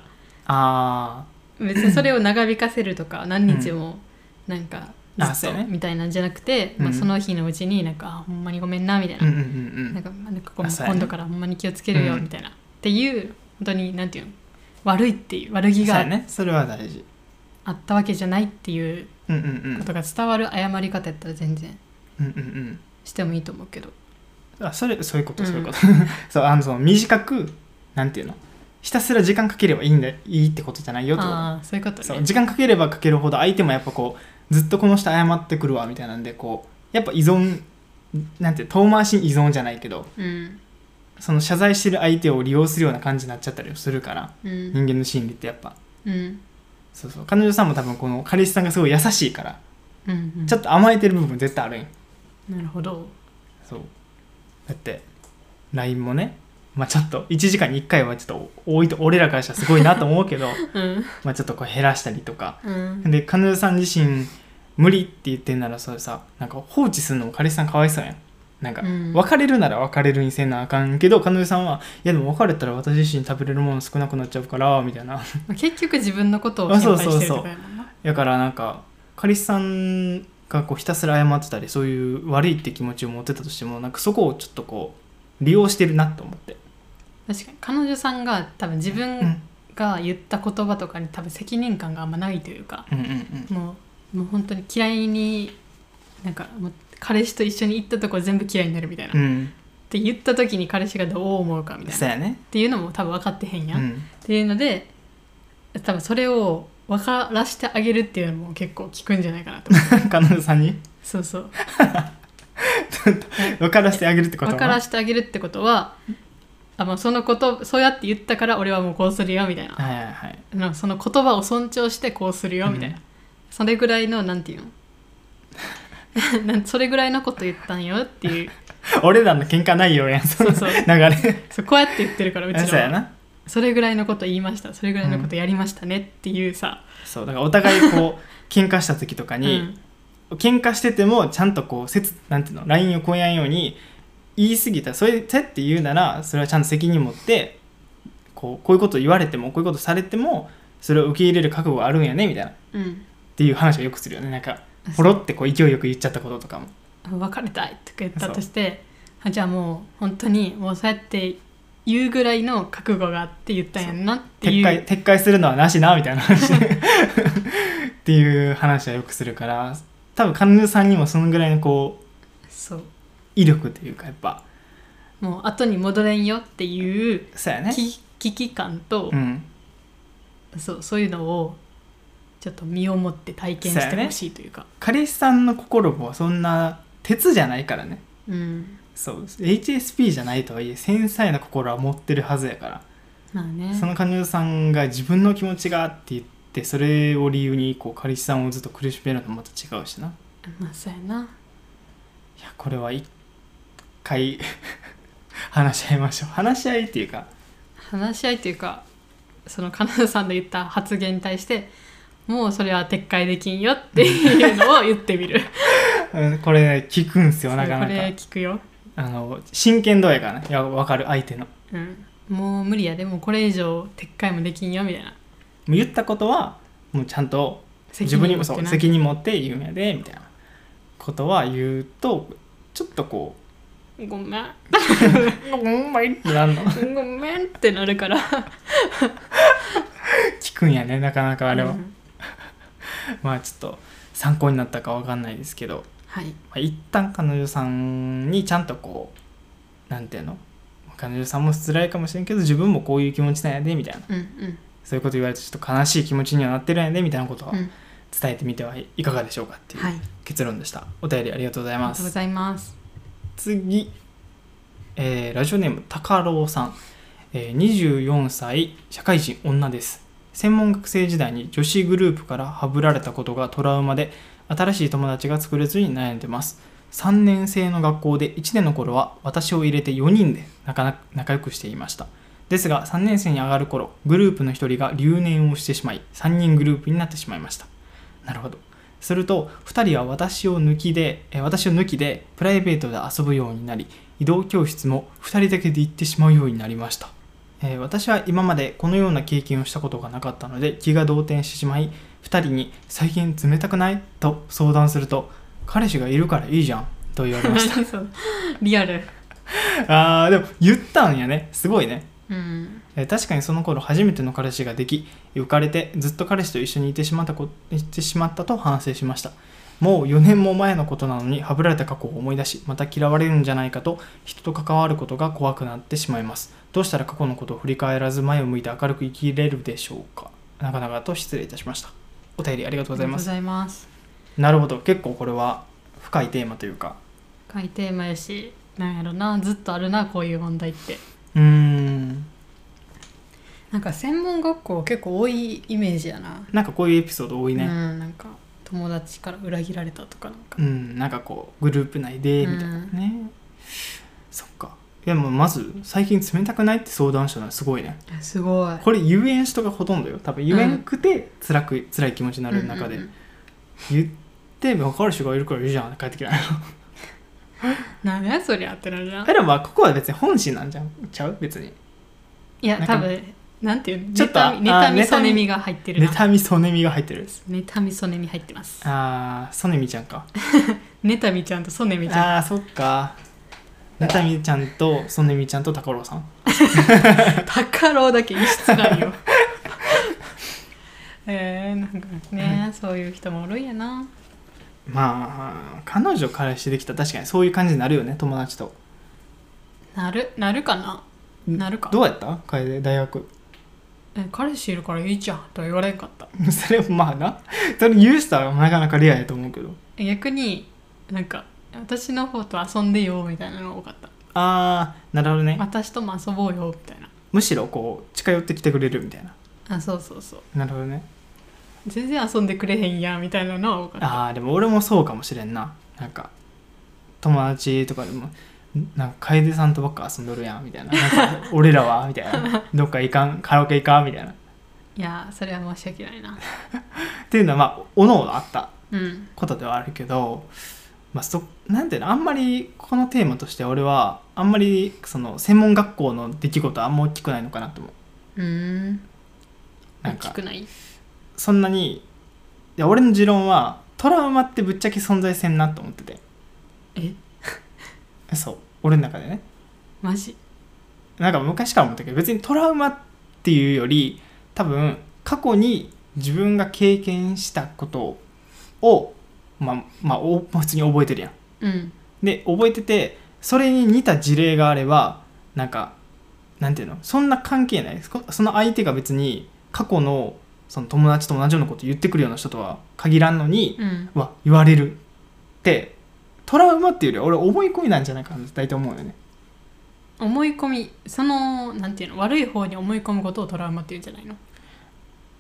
[SPEAKER 1] あ
[SPEAKER 2] 別にそれを長引かせるとか何日もなんか
[SPEAKER 1] あ
[SPEAKER 2] ず
[SPEAKER 1] そ
[SPEAKER 2] っ
[SPEAKER 1] う
[SPEAKER 2] と
[SPEAKER 1] やね
[SPEAKER 2] みたいなんじゃなくて、
[SPEAKER 1] うん
[SPEAKER 2] まあ、その日のうちになんかあほんまにごめんなみたい
[SPEAKER 1] あう
[SPEAKER 2] な,、
[SPEAKER 1] んうんう
[SPEAKER 2] なん
[SPEAKER 1] ん
[SPEAKER 2] かなんかこう
[SPEAKER 1] あそうやね
[SPEAKER 2] 今度からほんまに気をつけるよ
[SPEAKER 1] うん
[SPEAKER 2] みたいな、っていう本当になんていうの悪いっていう悪
[SPEAKER 1] う
[SPEAKER 2] 気
[SPEAKER 1] んそうや
[SPEAKER 2] が
[SPEAKER 1] ねそれは大事
[SPEAKER 2] あったわけじゃないっていう
[SPEAKER 1] うんうんうん
[SPEAKER 2] ことが伝わる謝り方やったら全然
[SPEAKER 1] うんうんうん
[SPEAKER 2] してもいいと思うけど
[SPEAKER 1] あそれそういうこと
[SPEAKER 2] うん
[SPEAKER 1] そういうこと、 そうあのその短くなんていうのひたすら時間かければいいんだいいってことじゃないよってこと
[SPEAKER 2] ああそういうこと
[SPEAKER 1] そう
[SPEAKER 2] ね
[SPEAKER 1] 時間かければかけるほど相手もやっぱこうずっとこの人謝ってくるわみたいなんでこうやっぱ依存なんて遠回しに依存じゃないけど
[SPEAKER 2] うん
[SPEAKER 1] その謝罪してる相手を利用するような感じになっちゃったりするから
[SPEAKER 2] うん
[SPEAKER 1] 人間の心理ってやっぱ
[SPEAKER 2] うん
[SPEAKER 1] そうそう彼女さんも多分この彼氏さんがすごい優しいから
[SPEAKER 2] うんうん
[SPEAKER 1] ちょっと甘えてる部分絶対あるんよ
[SPEAKER 2] なるほど
[SPEAKER 1] そうだって LINE もねまあちょっと1時間に1回はちょっと多いと俺らからしたらすごいなと思うけど
[SPEAKER 2] うん
[SPEAKER 1] まあちょっとこう減らしたりとか
[SPEAKER 2] うん
[SPEAKER 1] で彼女さん自身無理って言ってんならそれさなんか放置するのも彼氏さんかわいそうやんなんか
[SPEAKER 2] うん
[SPEAKER 1] 別れるなら別れるにせなあかんけど彼女さんはいやでも別れたら私自身食べれるもの少なくなっちゃうからみたいな
[SPEAKER 2] まあ結局自分のことを心配してるとかやもんな
[SPEAKER 1] だからなんか彼氏さんがこうひたすら謝ってたりそういう悪いって気持ちを持ってたとしてもなんかそこをちょっとこう利用してるなと思って
[SPEAKER 2] 確かに彼女さんが多分自分が言った言葉とかに多分責任感があんまないというか
[SPEAKER 1] うんうんうん
[SPEAKER 2] もうもう本当に嫌いになんかもう彼氏と一緒に行ったとこ全部嫌いになるみたいな、
[SPEAKER 1] う
[SPEAKER 2] っ
[SPEAKER 1] ん
[SPEAKER 2] て言った時に彼氏がどう思うかみたい
[SPEAKER 1] そ
[SPEAKER 2] なっ
[SPEAKER 1] うやね
[SPEAKER 2] ていうのも多分分かってへん
[SPEAKER 1] う
[SPEAKER 2] やん、っ
[SPEAKER 1] ん
[SPEAKER 2] ていうので多分それを分からしてあげるっていうのも結構効くんじゃないかなと思う
[SPEAKER 1] 彼女さんに
[SPEAKER 2] そうそう
[SPEAKER 1] 分からせてあげるってこと
[SPEAKER 2] 分
[SPEAKER 1] は
[SPEAKER 2] からしてあげるってことはあ、まあ、そのことそうやって言ったから俺はもうこうするよみたいな
[SPEAKER 1] はいはいはい
[SPEAKER 2] あのその言葉を尊重してこうするよみたいな、
[SPEAKER 1] う
[SPEAKER 2] それぐらいのなんていうの なんそれぐらいのこと言ったんよっ ていう
[SPEAKER 1] 俺らの喧嘩ないよやんそ
[SPEAKER 2] そ
[SPEAKER 1] の
[SPEAKER 2] う
[SPEAKER 1] 流
[SPEAKER 2] そう
[SPEAKER 1] れ
[SPEAKER 2] そうこうやって言ってるからうち
[SPEAKER 1] そう
[SPEAKER 2] ら
[SPEAKER 1] や
[SPEAKER 2] は
[SPEAKER 1] な
[SPEAKER 2] それぐらいのこと言いましたそれぐらいのことやりましたねっていうさ、
[SPEAKER 1] そうだからお互いこう喧嘩した時とか
[SPEAKER 2] うん
[SPEAKER 1] に、喧嘩しててもちゃんとこうせつなんていうのラインを越えやんように言い過ぎたらそれせって言うならそれはちゃんと責任持ってこうこういうこと言われてもこういうことされてもそれを受け入れる覚悟があるんやねみたいなっ
[SPEAKER 2] うん
[SPEAKER 1] ていう話をよくするよねなんかポロってこう勢いよく言っちゃったこととかも
[SPEAKER 2] 別れたいとか言ったとしてあじゃあもう本当にもうそうやって言うぐらいの覚悟があって言ったんやんなってい
[SPEAKER 1] 撤
[SPEAKER 2] う
[SPEAKER 1] 回撤回するのはなしなみたいな話っていう話はよくするから多分彼女さんにもそのぐらいのこう
[SPEAKER 2] そう
[SPEAKER 1] 威力というかやっぱ
[SPEAKER 2] もう後に戻れんよっていう
[SPEAKER 1] そうやね
[SPEAKER 2] き危機感と、
[SPEAKER 1] うん
[SPEAKER 2] そうそういうのをちょっと身をもって体験してほしいというか
[SPEAKER 1] 彼氏さんの心もそんな鉄じゃないからね
[SPEAKER 2] う,、ん
[SPEAKER 1] そう HSP じゃないとはいえ繊細な心は持ってるはずやから、
[SPEAKER 2] まあね
[SPEAKER 1] その彼女さんが自分の気持ちがって言ってそれを理由にこう彼氏さんをずっと苦しめるのもまた違うしない
[SPEAKER 2] まあそうやな
[SPEAKER 1] やこれは一回 話し合いましょう話し合いっていうか
[SPEAKER 2] 話し合いというかその彼女さんの言った発言に対してもうそれは撤回できんよっていうのを言ってみる
[SPEAKER 1] うんこれ聞くんす よなかな
[SPEAKER 2] そ
[SPEAKER 1] か
[SPEAKER 2] れこれ聞くよ、
[SPEAKER 1] あの真剣度やからねいや分かる相手のも
[SPEAKER 2] うん、もう無理やでもうこれ以上撤回もできんよみたいな
[SPEAKER 1] う言ったことはもうちゃんと自分にもそう
[SPEAKER 2] 責
[SPEAKER 1] 責任持って言うんやでみたいなことは言うとちょっとこ
[SPEAKER 2] 任ごめん
[SPEAKER 1] う「うんまい」ってなんの
[SPEAKER 2] ごめんってなるから
[SPEAKER 1] 聞くんやねなかな かあれは、
[SPEAKER 2] うん
[SPEAKER 1] まあちょっと参考になったかわかんないですけど、
[SPEAKER 2] はい
[SPEAKER 1] まあ、一旦彼女さんにちゃんとこうなんていうの彼女さんも辛いかもしれんけど自分もこういう気持ちなんやでみたいな
[SPEAKER 2] うんうん
[SPEAKER 1] そういうこと言われてちょっと悲しい気持ちにはなってるんやでみたいなことは
[SPEAKER 2] うん
[SPEAKER 1] 伝えてみてはいかがでしょうかっていう
[SPEAKER 2] はい
[SPEAKER 1] 結論でした、お便りありがとうござい
[SPEAKER 2] あり
[SPEAKER 1] ま
[SPEAKER 2] がとう
[SPEAKER 1] す
[SPEAKER 2] ございます
[SPEAKER 1] 次、えーラジオネームたかろうさん、えー24歳社会人女です専門学生時代に女子グループからはぶられたことがトラウマで新しい友達が作れずに悩んでます3年生の学校で1年の頃は私を入れて4人でなかなか仲良くしていましたですが3年生に上がる頃グループの1人が留年をしてしまい3人グループになってしまいましたなるほどすると2人は私を抜きでえー私を抜きでプライベートで遊ぶようになり移動教室も2人だけで行ってしまうようになりました、えー私は今までこのような経験をしたことがなかったので気が動転してしまい2人に「最近冷たくない?」と相談すると「彼氏がいるからいいじゃん」 と言われました
[SPEAKER 2] そうリアル
[SPEAKER 1] あーでも言ったんやねすごいね
[SPEAKER 2] うん
[SPEAKER 1] えー確かにその頃初めての彼氏ができ浮かれてずっと彼氏と一緒にいてしまったこいてしまったと反省しましたもう4年も前のことなのにハブられた過去を思い出しまた嫌われるんじゃないかと人と関わることが怖くなってしまいますどうしたら過去のことを振り返らず前を向いて明るく生きれるでしょうかなかなかと失礼いたしましたお便りありがとうございます
[SPEAKER 2] ありがとうございます
[SPEAKER 1] なるほど結構これは深いテーマというか
[SPEAKER 2] 深いテーマやしなんやろなずっとあるなこういう問題って
[SPEAKER 1] うーん
[SPEAKER 2] なんか専門学校結構多いイメージやな、
[SPEAKER 1] なんかこういうエピソード多いうね
[SPEAKER 2] んなんか友達から裏切られたとかなんか
[SPEAKER 1] うん、なんかこうグループ内でみたいなね、そっかいやもうまず最近冷たくないって相談したのはすごいね
[SPEAKER 2] うんすごい
[SPEAKER 1] これ遊園人がほとんどよ多分遊園くて辛く、辛い気持ちになる中で、
[SPEAKER 2] うんうんうん
[SPEAKER 1] 言っても彼氏がいるからいいじゃんって帰ってき た
[SPEAKER 2] なんやそりゃってなるな
[SPEAKER 1] あれはまあここは別に本心なんじゃんちゃう別に
[SPEAKER 2] いや
[SPEAKER 1] なんか
[SPEAKER 2] 多分なんていうの
[SPEAKER 1] ちょっと
[SPEAKER 2] 妬み
[SPEAKER 1] あ
[SPEAKER 2] 妬み
[SPEAKER 1] 妬
[SPEAKER 2] そ
[SPEAKER 1] み
[SPEAKER 2] ねみが入ってるな
[SPEAKER 1] 妬みそねみが入ってるです
[SPEAKER 2] 妬みそねみ入ってます
[SPEAKER 1] ああそねみちゃんか
[SPEAKER 2] 妬みちゃんとそねみちゃん
[SPEAKER 1] ああーそっか妬みちゃんとそねみちゃんと高郎さん
[SPEAKER 2] 高郎だけ異質なん よえー、なんかね、そういう人もおるんやな
[SPEAKER 1] まあ彼女彼氏できたら確かにそういう感じになるよね友達と
[SPEAKER 2] なるなるかななるか
[SPEAKER 1] どうやった楓大学
[SPEAKER 2] え彼氏いるからいいじゃんとは言われんかった
[SPEAKER 1] それまあなそれ言う人はなかなかレアやと思うけど
[SPEAKER 2] え逆になんか私の方と遊んでよみたいなのが多かった
[SPEAKER 1] ああなるほどね
[SPEAKER 2] 私とも遊ぼうよみたいな
[SPEAKER 1] むしろこう近寄ってきてくれるみたいな
[SPEAKER 2] あそうそうそう
[SPEAKER 1] なるほどね
[SPEAKER 2] 全然遊んでくれへんやみたいなのは多かった
[SPEAKER 1] ああでも俺もそうかもしれんななんか友達とかでもんなんか楓さんとばっか遊んどるやんみたいななんか俺らはみたいな どっか行かんカラオケ行かんみたいなっ
[SPEAKER 2] いやーそれは申し訳ないな
[SPEAKER 1] ていうのはまあおのおのあった
[SPEAKER 2] うん
[SPEAKER 1] ことではあるけど、まあ、そなんていうのあんまりこのテーマとして俺はあんまりその専門学校の出来事はあんま大きくないのかなと思う
[SPEAKER 2] うーん
[SPEAKER 1] な
[SPEAKER 2] 大
[SPEAKER 1] ん
[SPEAKER 2] き
[SPEAKER 1] か
[SPEAKER 2] くない
[SPEAKER 1] そんなにいや俺の持論はトラウマってぶっちゃけ存在せんなと思ってて
[SPEAKER 2] え
[SPEAKER 1] そう俺の中でね
[SPEAKER 2] マジ
[SPEAKER 1] なんか昔から思ったけど別にトラウマっていうより多分過去に自分が経験したことをまあまあお普通に覚えてるやん
[SPEAKER 2] うん
[SPEAKER 1] で覚えててそれに似た事例があればなんかなんていうのそんな関係ないそその相手が別に過去のその友達と同じようなこと言ってくるような人とは限らんのに、
[SPEAKER 2] うん
[SPEAKER 1] うわ言われるってトラウマっていうより俺思い込みなんじゃないかなって大体思うよね
[SPEAKER 2] 思い込みそのなんていうの悪い方に思い込むことをトラウマって言うんじゃないの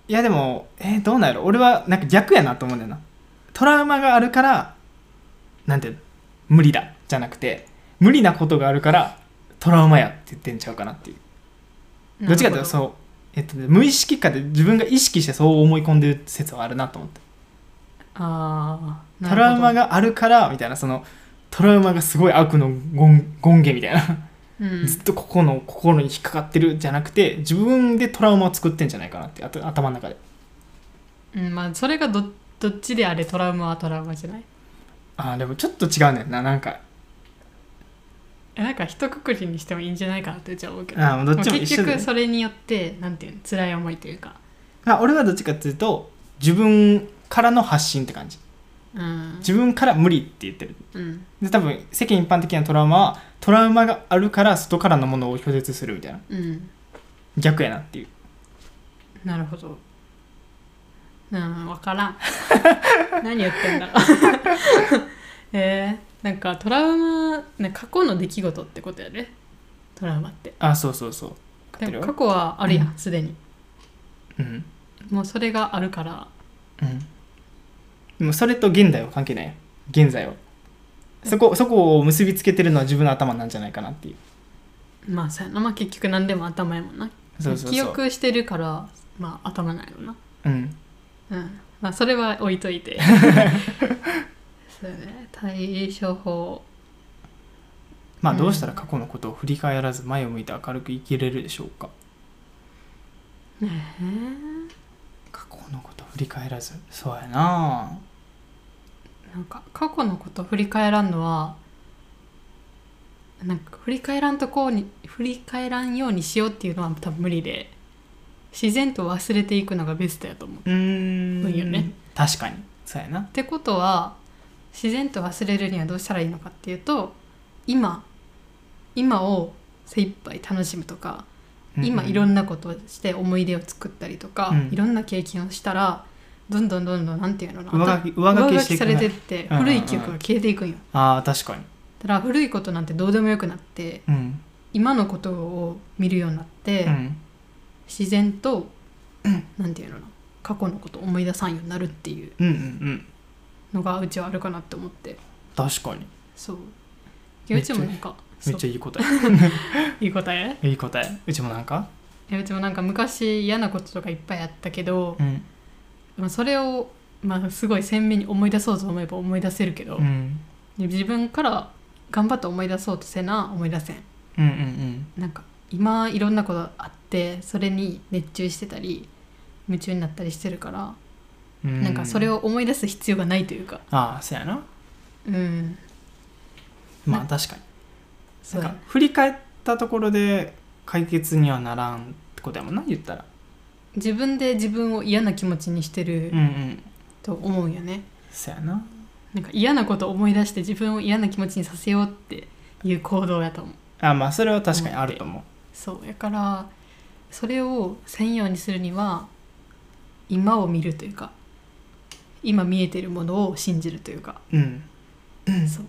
[SPEAKER 1] いやでもえーどうなんやろ俺はなんか逆やなと思うんだよなトラウマがあるからなんていうの無理だじゃなくて無理なことがあるからトラウマやって言ってんちゃうかなっていうどっちかというと
[SPEAKER 2] う
[SPEAKER 1] そう、えっとね、無意識下で自分が意識してそう思い込んでる説はあるなと思って
[SPEAKER 2] ああ
[SPEAKER 1] トラウマ
[SPEAKER 2] が、
[SPEAKER 1] があるからみたいなそのトラウマがすごい悪の権権限みたいな、
[SPEAKER 2] う ん、
[SPEAKER 1] ずっとここの心に引っかかってるじゃなくて自分でトラウマを作ってんじゃないかなってあと頭の中で
[SPEAKER 2] うんまあそれがどどっちであれトラウマはトラウマじゃない
[SPEAKER 1] あーでもちょっと違うねんななんか
[SPEAKER 2] えなんか一括りにしてもいいんじゃないかなってうちは思うけど
[SPEAKER 1] あーどっちも一
[SPEAKER 2] 結
[SPEAKER 1] 緒で、ね、
[SPEAKER 2] 局それによってなんていうの辛い思いというか
[SPEAKER 1] あ俺はどっちかっていうと自分からの発信って感じ
[SPEAKER 2] うん
[SPEAKER 1] 自分から無理って言ってる
[SPEAKER 2] うん
[SPEAKER 1] で多分世間一般的なトラウマはトラウマがあるから外からのものを拒絶するみたいな
[SPEAKER 2] うん
[SPEAKER 1] 逆やなっていう
[SPEAKER 2] なるほどうん分か らん何言ってんだろう えー、なんかトラウマね過去の出来事ってことやねトラウマって
[SPEAKER 1] あそうそうそう
[SPEAKER 2] で
[SPEAKER 1] る
[SPEAKER 2] も
[SPEAKER 1] よ
[SPEAKER 2] 過去はあるやんすでに
[SPEAKER 1] うん
[SPEAKER 2] もうそれがあるから
[SPEAKER 1] うんでもそれと現代は関係ないよ現在はそこそこを結びつけてるのは自分の頭なんじゃないかなっていう
[SPEAKER 2] まあさまあ結局何でも頭やもんな
[SPEAKER 1] そうそうそう
[SPEAKER 2] 記憶してるからまあ頭なんやろな
[SPEAKER 1] うん
[SPEAKER 2] うんまあそれは置いと いてそうね対処法
[SPEAKER 1] まあ
[SPEAKER 2] うん
[SPEAKER 1] どうしたら過去のことを振り返らず前を向いて明るく生きれるでしょうか
[SPEAKER 2] えー
[SPEAKER 1] 過去のことを振り返らずそうやな
[SPEAKER 2] なんか過去のこと振り返らんのはなんか振り返らんとこうに振り返らんようにしようっていうのは多分無理で自然と忘れていくのがベストやと思う。っ
[SPEAKER 1] うーん
[SPEAKER 2] いいよね
[SPEAKER 1] 確かにそうやな
[SPEAKER 2] てことは自然と忘れるにはどうしたらいいのかっていうと今今を精一杯楽しむとか今いろ
[SPEAKER 1] なん
[SPEAKER 2] なことをして思い出を作ったりとか、
[SPEAKER 1] うん
[SPEAKER 2] いろんな経験をしたらどんどんどんどんなんていうのか
[SPEAKER 1] 上書
[SPEAKER 2] な
[SPEAKER 1] き上書きしていく
[SPEAKER 2] 上書されてって
[SPEAKER 1] うんうんうん
[SPEAKER 2] 古い記憶が消えていくんよ
[SPEAKER 1] ああ確かに
[SPEAKER 2] だから古いことなんてどうでもよくなって
[SPEAKER 1] うん
[SPEAKER 2] 今のことを見るようになって、
[SPEAKER 1] うん
[SPEAKER 2] 自然となんていうのかな過去のことを思い出さんようになるっていう
[SPEAKER 1] うんうんうん
[SPEAKER 2] のがうちはあるかなって思って
[SPEAKER 1] 確かに
[SPEAKER 2] そう
[SPEAKER 1] め
[SPEAKER 2] う
[SPEAKER 1] っち
[SPEAKER 2] ち
[SPEAKER 1] ゃ
[SPEAKER 2] もなんか
[SPEAKER 1] めっ
[SPEAKER 2] そ
[SPEAKER 1] ちゃいい答
[SPEAKER 2] ういい答え
[SPEAKER 1] えいい答えうちもなんか
[SPEAKER 2] えうちもなんか昔嫌なこととかいっぱいあったけど、
[SPEAKER 1] うん
[SPEAKER 2] まあ、それを、まあ、すごい鮮明に思い出そうと思えば思い出せるけど、
[SPEAKER 1] うんうん
[SPEAKER 2] 自分から頑張って思い出そうとせな思い出せん
[SPEAKER 1] うんうん
[SPEAKER 2] なんか今いろんなことあってそれに熱中してたり夢中になったりしてるから、
[SPEAKER 1] うん
[SPEAKER 2] なんかそれを思い出す必要がないというか
[SPEAKER 1] ああそうやな
[SPEAKER 2] うん
[SPEAKER 1] まあ確かに
[SPEAKER 2] そ
[SPEAKER 1] な
[SPEAKER 2] うんや
[SPEAKER 1] か振り返ったところで解決にはならんってことやもんな言ったら
[SPEAKER 2] 自分で自分を嫌な気持ちにしてる
[SPEAKER 1] うんうん
[SPEAKER 2] と思うんよね、
[SPEAKER 1] そうやな
[SPEAKER 2] なんか嫌なことを思い出して自分を嫌な気持ちにさせようっていう行動やと思う
[SPEAKER 1] あまあそれは確かにあると思う
[SPEAKER 2] そうやからそれを専用にするには今を見るというか今見えてるものを信じるというか、
[SPEAKER 1] うん
[SPEAKER 2] そう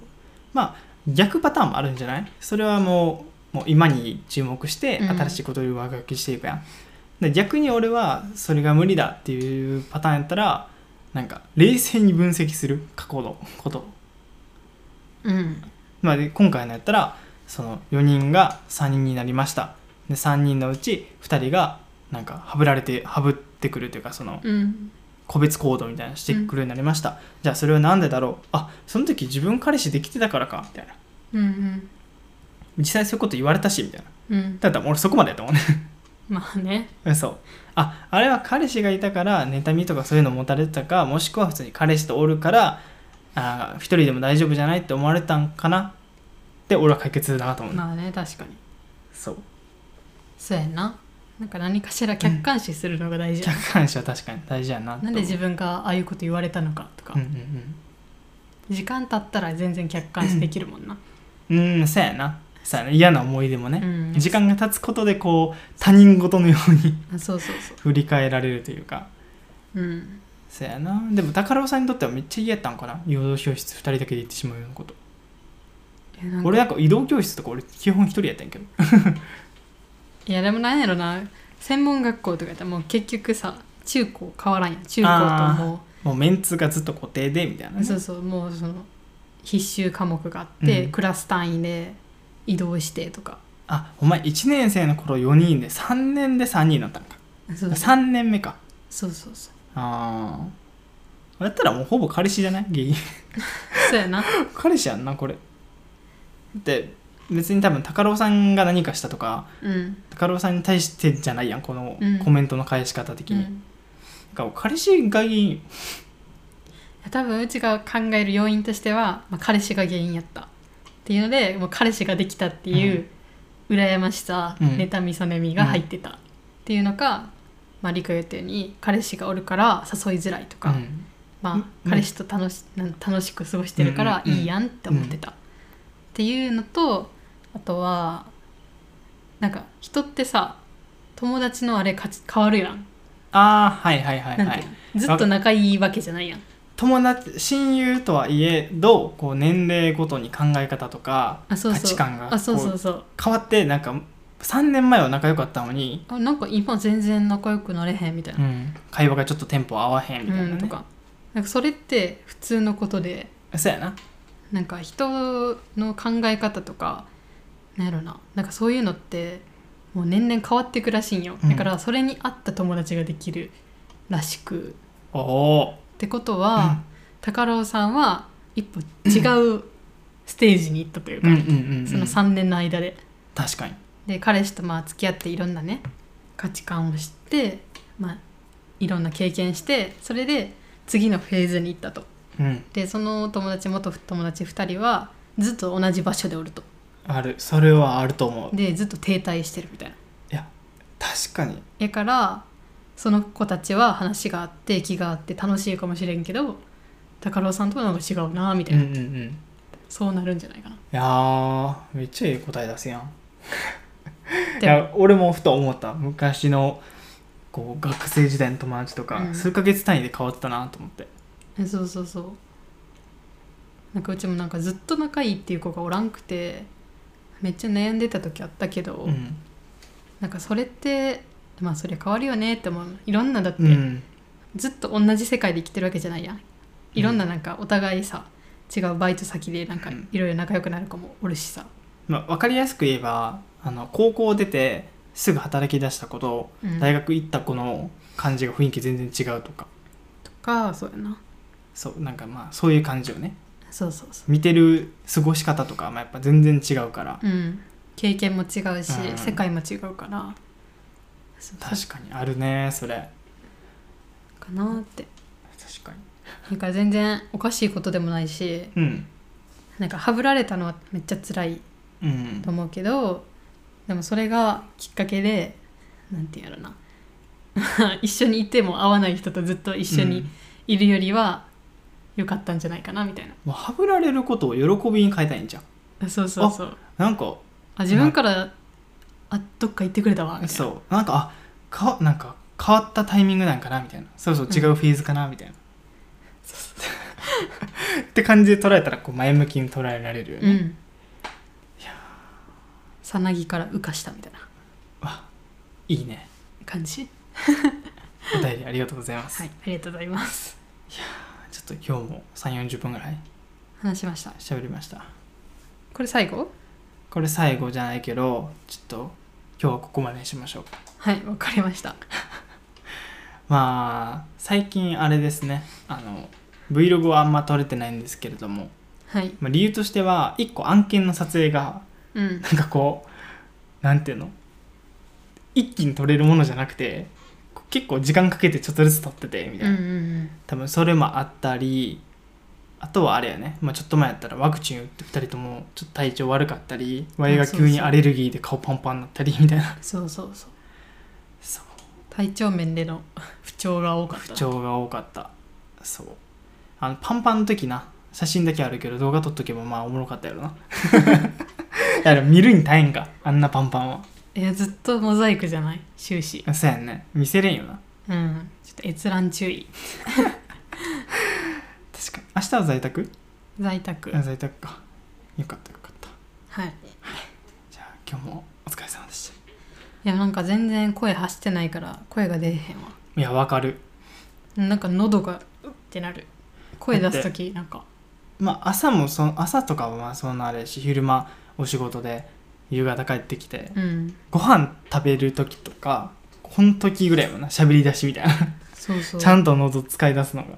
[SPEAKER 1] 逆パターンもあるんじゃないそれはもうもう今に注目して
[SPEAKER 2] うん
[SPEAKER 1] 新しいことを上書きしていくやん、で逆に俺はそれが無理だっていうパターンやったらなんか冷静に分析する過去のことを、
[SPEAKER 2] うん
[SPEAKER 1] まあ、で今回のやったらその4人が3人になりましたで3人のうち2人がなんかはぶられてはぶってくるというかその
[SPEAKER 2] うん
[SPEAKER 1] 個別行動みたいなのしてくるようになりました、じゃあそれは何でだろうあその時自分彼氏できてたからかみたいな
[SPEAKER 2] うん
[SPEAKER 1] 実際そういうこと言われたしみたいな
[SPEAKER 2] うん
[SPEAKER 1] だったら俺そこまでやと思うね
[SPEAKER 2] まあね
[SPEAKER 1] そうああれは彼氏がいたから妬みとかそういうの持たれてたかもしくは普通に彼氏とおるからあー一人でも大丈夫じゃないって思われたんかなって俺は解決だなと思う、
[SPEAKER 2] まあね確かに
[SPEAKER 1] そう
[SPEAKER 2] そうやんななんか何かしら客観視するのが大事やな、
[SPEAKER 1] 客観視は確かに大事やなと思
[SPEAKER 2] な
[SPEAKER 1] うん
[SPEAKER 2] で自分がああいうこと言われたのかとか、
[SPEAKER 1] うん
[SPEAKER 2] 時間経ったら全然客観視できるもんな、
[SPEAKER 1] うんうんうんそうやなそうやな嫌な思い出も
[SPEAKER 2] う
[SPEAKER 1] ね、
[SPEAKER 2] ん、
[SPEAKER 1] 時間が経つことでこう他人事のように
[SPEAKER 2] あそうそうそ
[SPEAKER 1] 振り返られるというか
[SPEAKER 2] ううん
[SPEAKER 1] そうやなでも宝尾さんにとってはめっちゃ嫌やったんかな陽動教室2人だけで行ってしまうようなこと
[SPEAKER 2] いやなんか
[SPEAKER 1] 俺なんか移動教室とか俺基本一人やったんやけど
[SPEAKER 2] いやでもなんやろな専門学校とかやったらもう結局さ中高変わらんやん中
[SPEAKER 1] あ
[SPEAKER 2] 高
[SPEAKER 1] ー
[SPEAKER 2] とも
[SPEAKER 1] もうメンツがずっと固定でみたいな、
[SPEAKER 2] う、
[SPEAKER 1] ね、
[SPEAKER 2] そうそうもうその必修科目があって、
[SPEAKER 1] うん
[SPEAKER 2] クラス単位で移動してとか
[SPEAKER 1] あお前1年生の頃4人で3年で3人だったのか
[SPEAKER 2] そうそう
[SPEAKER 1] 3年目か
[SPEAKER 2] そうそうそう
[SPEAKER 1] ああやったらもうほぼ彼氏じゃないギリ
[SPEAKER 2] そうやな
[SPEAKER 1] 彼氏やんなこれで別に多分高郎さんが何かしたとか
[SPEAKER 2] うん、
[SPEAKER 1] 高郎さんに対してじゃないやんこの
[SPEAKER 2] うん
[SPEAKER 1] コメントの返し方的
[SPEAKER 2] う
[SPEAKER 1] に、
[SPEAKER 2] ん、
[SPEAKER 1] だから彼氏がいい
[SPEAKER 2] 多分うちが考える要因としては、まあ、彼氏が原因やったっていうのでもう彼氏ができたっていう、羨ましさ、
[SPEAKER 1] うん
[SPEAKER 2] 妬みそねみが入ってたっていうのか、まあ理科言ったように彼氏がおるから誘いづらいとか、
[SPEAKER 1] うんう
[SPEAKER 2] ま
[SPEAKER 1] ん
[SPEAKER 2] あ、彼氏と楽しなん楽しく過ごしてるから
[SPEAKER 1] うんうんうん
[SPEAKER 2] いいやんって思ってた、っていうのとあとはなんか人ってさ友達のあれかち変わるやん,、
[SPEAKER 1] ああはいはいはい
[SPEAKER 2] な
[SPEAKER 1] は
[SPEAKER 2] ん
[SPEAKER 1] い
[SPEAKER 2] ていうのずっと仲いいわけじゃないやん
[SPEAKER 1] 友達親友とはいえどうこう年齢ごとに考え方とか
[SPEAKER 2] あそうそう
[SPEAKER 1] 価値観が
[SPEAKER 2] あそうそ
[SPEAKER 1] こ
[SPEAKER 2] うそう
[SPEAKER 1] う変わってなんか3年前は仲良かったのに、
[SPEAKER 2] あなんか今全然仲良くなれへんみたいな、
[SPEAKER 1] 会話がちょっとテンポ合わへんみたいな、ね
[SPEAKER 2] うんとかなんかそれって普通のことで
[SPEAKER 1] そうやな
[SPEAKER 2] なんか人の考え方とかなんやろななんかそういうのってもう年々変わっていくらしいんよ、
[SPEAKER 1] うん
[SPEAKER 2] だからそれに合った友達ができるらしく
[SPEAKER 1] おお
[SPEAKER 2] ってことは、高郎さんは一歩違うステージに行ったという
[SPEAKER 1] う
[SPEAKER 2] か、
[SPEAKER 1] んうんうん、うん、
[SPEAKER 2] その3年の間で
[SPEAKER 1] 確かに
[SPEAKER 2] で彼氏とまあ付き合っていろんなね価値観を知って、まあ、いろんな経験してそれで次のフェーズに行ったと
[SPEAKER 1] うん
[SPEAKER 2] でその友達元友達2人はずっと同じ場所でおると
[SPEAKER 1] あるそれはあると思う
[SPEAKER 2] でずっと停滞してるみたいな
[SPEAKER 1] 確かに
[SPEAKER 2] やからその子たちは話があって気があって楽しいかもしれんけど高郎さんとはなんか違うなみた
[SPEAKER 1] う
[SPEAKER 2] い
[SPEAKER 1] ん
[SPEAKER 2] な、
[SPEAKER 1] うんうん
[SPEAKER 2] そうなるんじゃないかない
[SPEAKER 1] やーめっちゃいい答え出すやんい
[SPEAKER 2] で
[SPEAKER 1] や俺もふと思った昔のこう学生時代の友達とか、
[SPEAKER 2] うん
[SPEAKER 1] 数ヶ月単位で変わったなと思って
[SPEAKER 2] えそうそうそうなんかうちもなんかずっと仲いいっていう子がおらんくてめっちゃ悩んでた時あったけど、
[SPEAKER 1] うん、
[SPEAKER 2] なんかそれってまあそりゃ変わるよねって思ういろんなだって、
[SPEAKER 1] うん、
[SPEAKER 2] ずっと同じ世界で生きてるわけじゃないやんいろんななんかお互いさ違うバイト先でなんか
[SPEAKER 1] うん
[SPEAKER 2] いろいろ仲良くなる子もおるしさ、
[SPEAKER 1] まあ、分かりやすく言えばあの高校出てすぐ働き出した子と
[SPEAKER 2] うん
[SPEAKER 1] 大学行った子の感じが雰囲気全然違うとか
[SPEAKER 2] とかそうやな
[SPEAKER 1] そうなんかまあそういう感じをね
[SPEAKER 2] そうそうそ
[SPEAKER 1] 見てる過ごし方とか、まあ、やっぱ全然違うから
[SPEAKER 2] ううん経験も違うし、
[SPEAKER 1] うん
[SPEAKER 2] 世界も違うからそうそ
[SPEAKER 1] 確
[SPEAKER 2] う
[SPEAKER 1] かにあるねそれ
[SPEAKER 2] かなって
[SPEAKER 1] 確か
[SPEAKER 2] なんか全然おかしいことでもないし
[SPEAKER 1] にうん
[SPEAKER 2] なんかハブられたのはめっちゃ辛い
[SPEAKER 1] うん
[SPEAKER 2] と思うけどでもそれがきっかけでなんていうんやろな 一緒にいても会わない人とずっと一緒
[SPEAKER 1] うん
[SPEAKER 2] にいるよりは良かったんじゃないかなみたいな、
[SPEAKER 1] もうはぶられることを喜びに変えたいんじゃん
[SPEAKER 2] そうそうそう
[SPEAKER 1] なんか
[SPEAKER 2] あ自分からあどっか行ってくれたわみたいな
[SPEAKER 1] そうなんかあかなんか変わったタイミングなんかなみたいなそろそろ違うフェーズかな、 みたいなって感じで捉えたらこう前向きに捉えられるよ
[SPEAKER 2] う
[SPEAKER 1] ね、
[SPEAKER 2] んさなぎから羽化したみたいない
[SPEAKER 1] いね
[SPEAKER 2] 感じ
[SPEAKER 1] お便りありがとうございます、
[SPEAKER 2] はいありがとうございます
[SPEAKER 1] ちょっと今日も3 4 0分ぐらい
[SPEAKER 2] 話しました
[SPEAKER 1] 喋りました
[SPEAKER 2] これ最後
[SPEAKER 1] これ最後じゃないけどちょっと今日はここまでにしましょうか
[SPEAKER 2] はいわかりました
[SPEAKER 1] まあ最近あれですねあの Vlog はあんま撮れてないんですけれども、
[SPEAKER 2] はい
[SPEAKER 1] まあ、理由としては1個案件の撮影が
[SPEAKER 2] う
[SPEAKER 1] なん
[SPEAKER 2] ん
[SPEAKER 1] かこうなんていうの一気に撮れるものじゃなくてこう結構時間かけてちょっとずつ撮っててみた
[SPEAKER 2] う
[SPEAKER 1] い
[SPEAKER 2] ん
[SPEAKER 1] な、
[SPEAKER 2] うん
[SPEAKER 1] 多分それもあったりあとはあれやね、まあ、ちょっと前やったらワクチン打って2人ともちょっと体調悪かったりワイが急にアレルギーで顔パンパンになったりみたいな
[SPEAKER 2] うんそうそうそう
[SPEAKER 1] そう
[SPEAKER 2] 体調面での 不調が多かった
[SPEAKER 1] 不調が多かったそうあのパンパンの時な写真だけあるけど動画撮っとけばまあおもろかったや ろないやでも見るに耐えんかあんなパンパンは
[SPEAKER 2] えずっとモザイクじゃない終始
[SPEAKER 1] そうやんね見せれんよな
[SPEAKER 2] うんちょっと閲覧注意
[SPEAKER 1] 確かに明日は在宅
[SPEAKER 2] 在宅
[SPEAKER 1] あ在宅かよかったよかった
[SPEAKER 2] はい
[SPEAKER 1] じゃあ今日もお疲れ様でし
[SPEAKER 2] いやなんか全然声走ってないから声が出えへんわ
[SPEAKER 1] たいやわかる
[SPEAKER 2] なんか喉がうってなる声出す時なんか
[SPEAKER 1] まあ朝もそ朝とかはまあそんなあれやし昼間お仕事で夕方帰ってきて
[SPEAKER 2] うん
[SPEAKER 1] ご飯食べる時とかこの時ぐらいもな喋り出しみたいな
[SPEAKER 2] そうそう
[SPEAKER 1] ちゃんと喉使い出すのが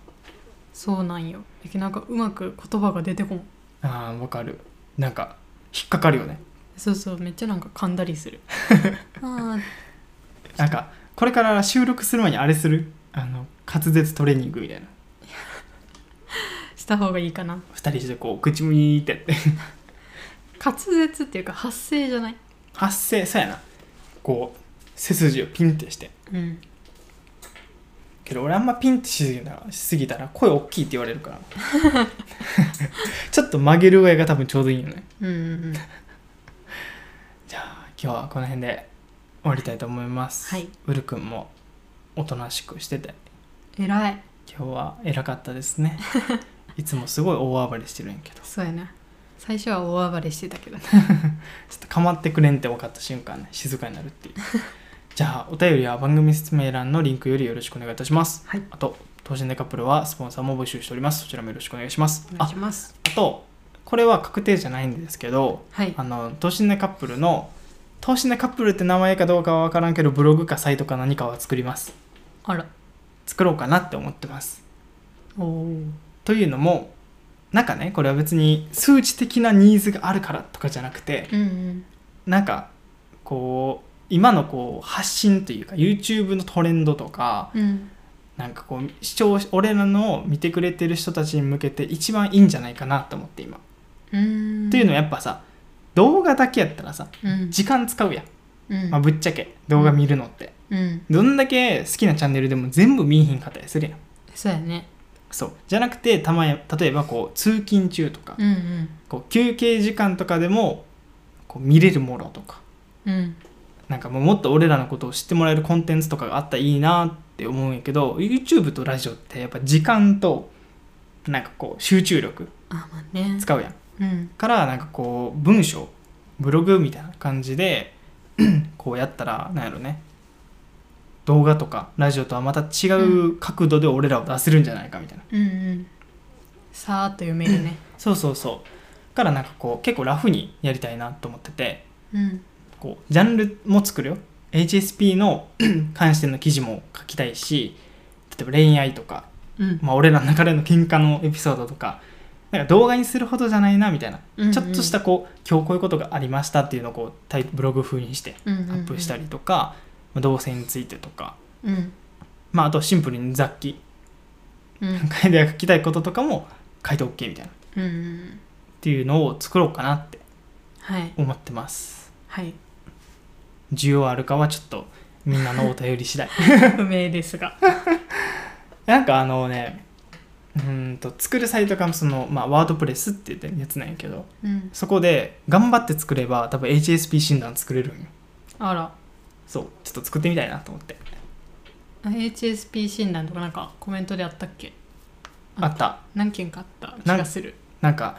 [SPEAKER 2] そうなんよだけどなんかうまく言葉が出てこん
[SPEAKER 1] あーわかるなんか引っかかるよね
[SPEAKER 2] そうそうめっちゃなんか噛んだりする あー
[SPEAKER 1] なんかこれから収録する前にあれするあの滑舌トレーニングみたいな
[SPEAKER 2] した方がいいかな
[SPEAKER 1] 2人してこう口むいてや って
[SPEAKER 2] 滑舌っていうか発声じゃない
[SPEAKER 1] 発声そうやなこう背筋をピンってして
[SPEAKER 2] うん
[SPEAKER 1] けど俺あんまピンってしすぎたらしすぎたら声大きいって言われるから ちょっと曲げる上が多分ちょうどいいよね
[SPEAKER 2] うんうんうん
[SPEAKER 1] じゃあ今日はこの辺で終わりたいと思います、
[SPEAKER 2] はい
[SPEAKER 1] ウル君もおとなしくしてて
[SPEAKER 2] 偉い
[SPEAKER 1] 今日は偉かったですね いつもすごい大暴れしてるんやけどちょ
[SPEAKER 2] そうやな最初は大暴れしてたけどね
[SPEAKER 1] っと構ってくれんって分かった瞬間ね静かになるっていう じゃあお便りは番組説明欄のリンクよりよろしくお願いいたします、
[SPEAKER 2] はい
[SPEAKER 1] あと等身大カップルはスポンサーも募集しておりますそちらもよろしくお願いします
[SPEAKER 2] お願
[SPEAKER 1] あ
[SPEAKER 2] いします
[SPEAKER 1] あとこれは確定じゃないんですけど
[SPEAKER 2] はい
[SPEAKER 1] あの等身大カップルの等身大カップルって名前かどうかは分からんけどブログかサイトか何かは作ります
[SPEAKER 2] あら
[SPEAKER 1] 作ろうかなって思ってます
[SPEAKER 2] おお
[SPEAKER 1] というのもなんかねこれは別に数値的なニーズがあるからとかじゃなくて
[SPEAKER 2] うんうん
[SPEAKER 1] なんかこう今のこう発信というか YouTube のトレンドとか
[SPEAKER 2] うん
[SPEAKER 1] なんかこう視聴俺らの見てくれてる人たちに向けて一番いいんじゃないかなと思って今
[SPEAKER 2] うん
[SPEAKER 1] っていうのはやっぱさ動画だけやったらさ
[SPEAKER 2] うん
[SPEAKER 1] 時間使うやん、
[SPEAKER 2] うん
[SPEAKER 1] まあ、ぶっちゃけ動画見るのって、
[SPEAKER 2] うん
[SPEAKER 1] どんだけ好きなチャンネルでも全部見えへんかったりするやん
[SPEAKER 2] そうやね
[SPEAKER 1] そうじゃなくてたまに例えばこう通勤中とか、
[SPEAKER 2] うんうん
[SPEAKER 1] こう休憩時間とかでもこう見れるものとか
[SPEAKER 2] うん
[SPEAKER 1] なんかもうもっと俺らのことを知ってもらえるコンテンツとかがあったらいいなって思うんやけど YouTube とラジオってやっぱ時間となんかこう集中力
[SPEAKER 2] あまあね
[SPEAKER 1] 使うやん
[SPEAKER 2] うん
[SPEAKER 1] からなんかこう文章ブログみたいな感じで こうやったらなんやろね動画とかラジオとはまた違う角度で俺らを出せるんじゃないかみたいな、
[SPEAKER 2] うんうんさーっと読めるね
[SPEAKER 1] そうそうそうからなんかこう結構ラフにやりたいなと思ってて
[SPEAKER 2] うん
[SPEAKER 1] こうジャンルも作るよ HSP の 関しての記事も書きたいし例えば恋愛とか、
[SPEAKER 2] うん
[SPEAKER 1] まあ、俺らの中での喧嘩のエピソードとかなんか動画にするほどじゃないなみたいな、
[SPEAKER 2] うんうん
[SPEAKER 1] ちょっとしたこう今日こういうことがありましたっていうのをこうタイブログ風にして
[SPEAKER 2] ア
[SPEAKER 1] アップしたりとか、まあ動線についてとか、
[SPEAKER 2] うん
[SPEAKER 1] まあ、あとシンプルに雑記
[SPEAKER 2] うんうん
[SPEAKER 1] 海外が書きたいこととかも書いて OK みたいなっ
[SPEAKER 2] うんうん
[SPEAKER 1] ていうのを作ろうかなって
[SPEAKER 2] はい
[SPEAKER 1] 思ってます
[SPEAKER 2] はい
[SPEAKER 1] 需要あるかはちょっとみんなのお便り次第
[SPEAKER 2] 不明ですが
[SPEAKER 1] なんかあのねうーんと作るサイトがその、まあ、ワードプレスって言ってるやつなんやけど
[SPEAKER 2] うん
[SPEAKER 1] そこで頑張って作れば多分 HSP 診断作れるんよ
[SPEAKER 2] あら
[SPEAKER 1] そうちょっと作ってみたいなと思って
[SPEAKER 2] あ HSP 診断とかなんかコメントであったっけ
[SPEAKER 1] あった
[SPEAKER 2] 何件かあった気がする
[SPEAKER 1] なんか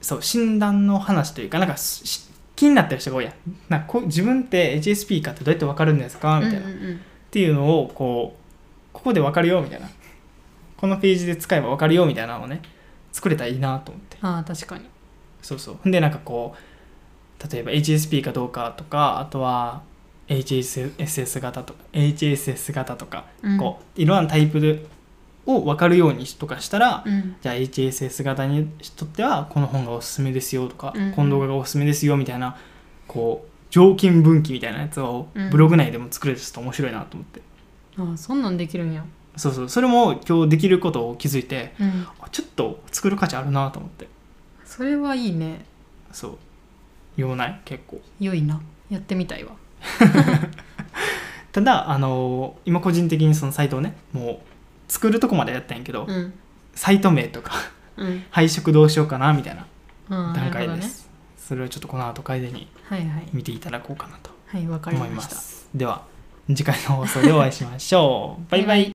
[SPEAKER 1] そう診断の話というかなんかし気になってる人が多いやんなんかこう自分って HSP かってどうやって分かるんですか
[SPEAKER 2] う
[SPEAKER 1] み
[SPEAKER 2] んう
[SPEAKER 1] た
[SPEAKER 2] ん
[SPEAKER 1] いな、っ
[SPEAKER 2] うん
[SPEAKER 1] ていうのをこうここで分かるよみたいなこのページで使えば分かるよみたいなのをね作れたらいいなと思って。
[SPEAKER 2] ああ確かに
[SPEAKER 1] そうそうでなんかこう例えば HSP かどうかとかあとは HSS 型とか HSS 型とか、
[SPEAKER 2] うん
[SPEAKER 1] こういろんなタイプでを分かるようにとかしたら、
[SPEAKER 2] うん
[SPEAKER 1] じゃあ HSS 型にとってはこの本がおすすめですよとか、
[SPEAKER 2] うん
[SPEAKER 1] この動画がおすすめですよみたいなこう条件分岐みたいなやつを
[SPEAKER 2] うん
[SPEAKER 1] ブログ内でも作れるとちょっと面白いなと思って、
[SPEAKER 2] ああそんなんできるんや
[SPEAKER 1] そうそうそれも今日できることを気づいて
[SPEAKER 2] うん
[SPEAKER 1] あちょっと作る価値あるなと思って
[SPEAKER 2] それはいいね
[SPEAKER 1] そう言わない結構
[SPEAKER 2] 良いなやってみたいわ
[SPEAKER 1] ただあのー今個人的にそのサイトをねもう作るとこまでやったんやけど、
[SPEAKER 2] うん
[SPEAKER 1] サイト名とか
[SPEAKER 2] うん
[SPEAKER 1] 配色どうしようかなみたいな
[SPEAKER 2] ああ
[SPEAKER 1] 段階
[SPEAKER 2] なるほ
[SPEAKER 1] で
[SPEAKER 2] どね
[SPEAKER 1] す、それをちょっとこの後楓に
[SPEAKER 2] はいはい
[SPEAKER 1] 見ていただこうかなと
[SPEAKER 2] はいわかり
[SPEAKER 1] 思い
[SPEAKER 2] ま
[SPEAKER 1] ま
[SPEAKER 2] した
[SPEAKER 1] すでは次回の放送でお会いしましょうバイバイ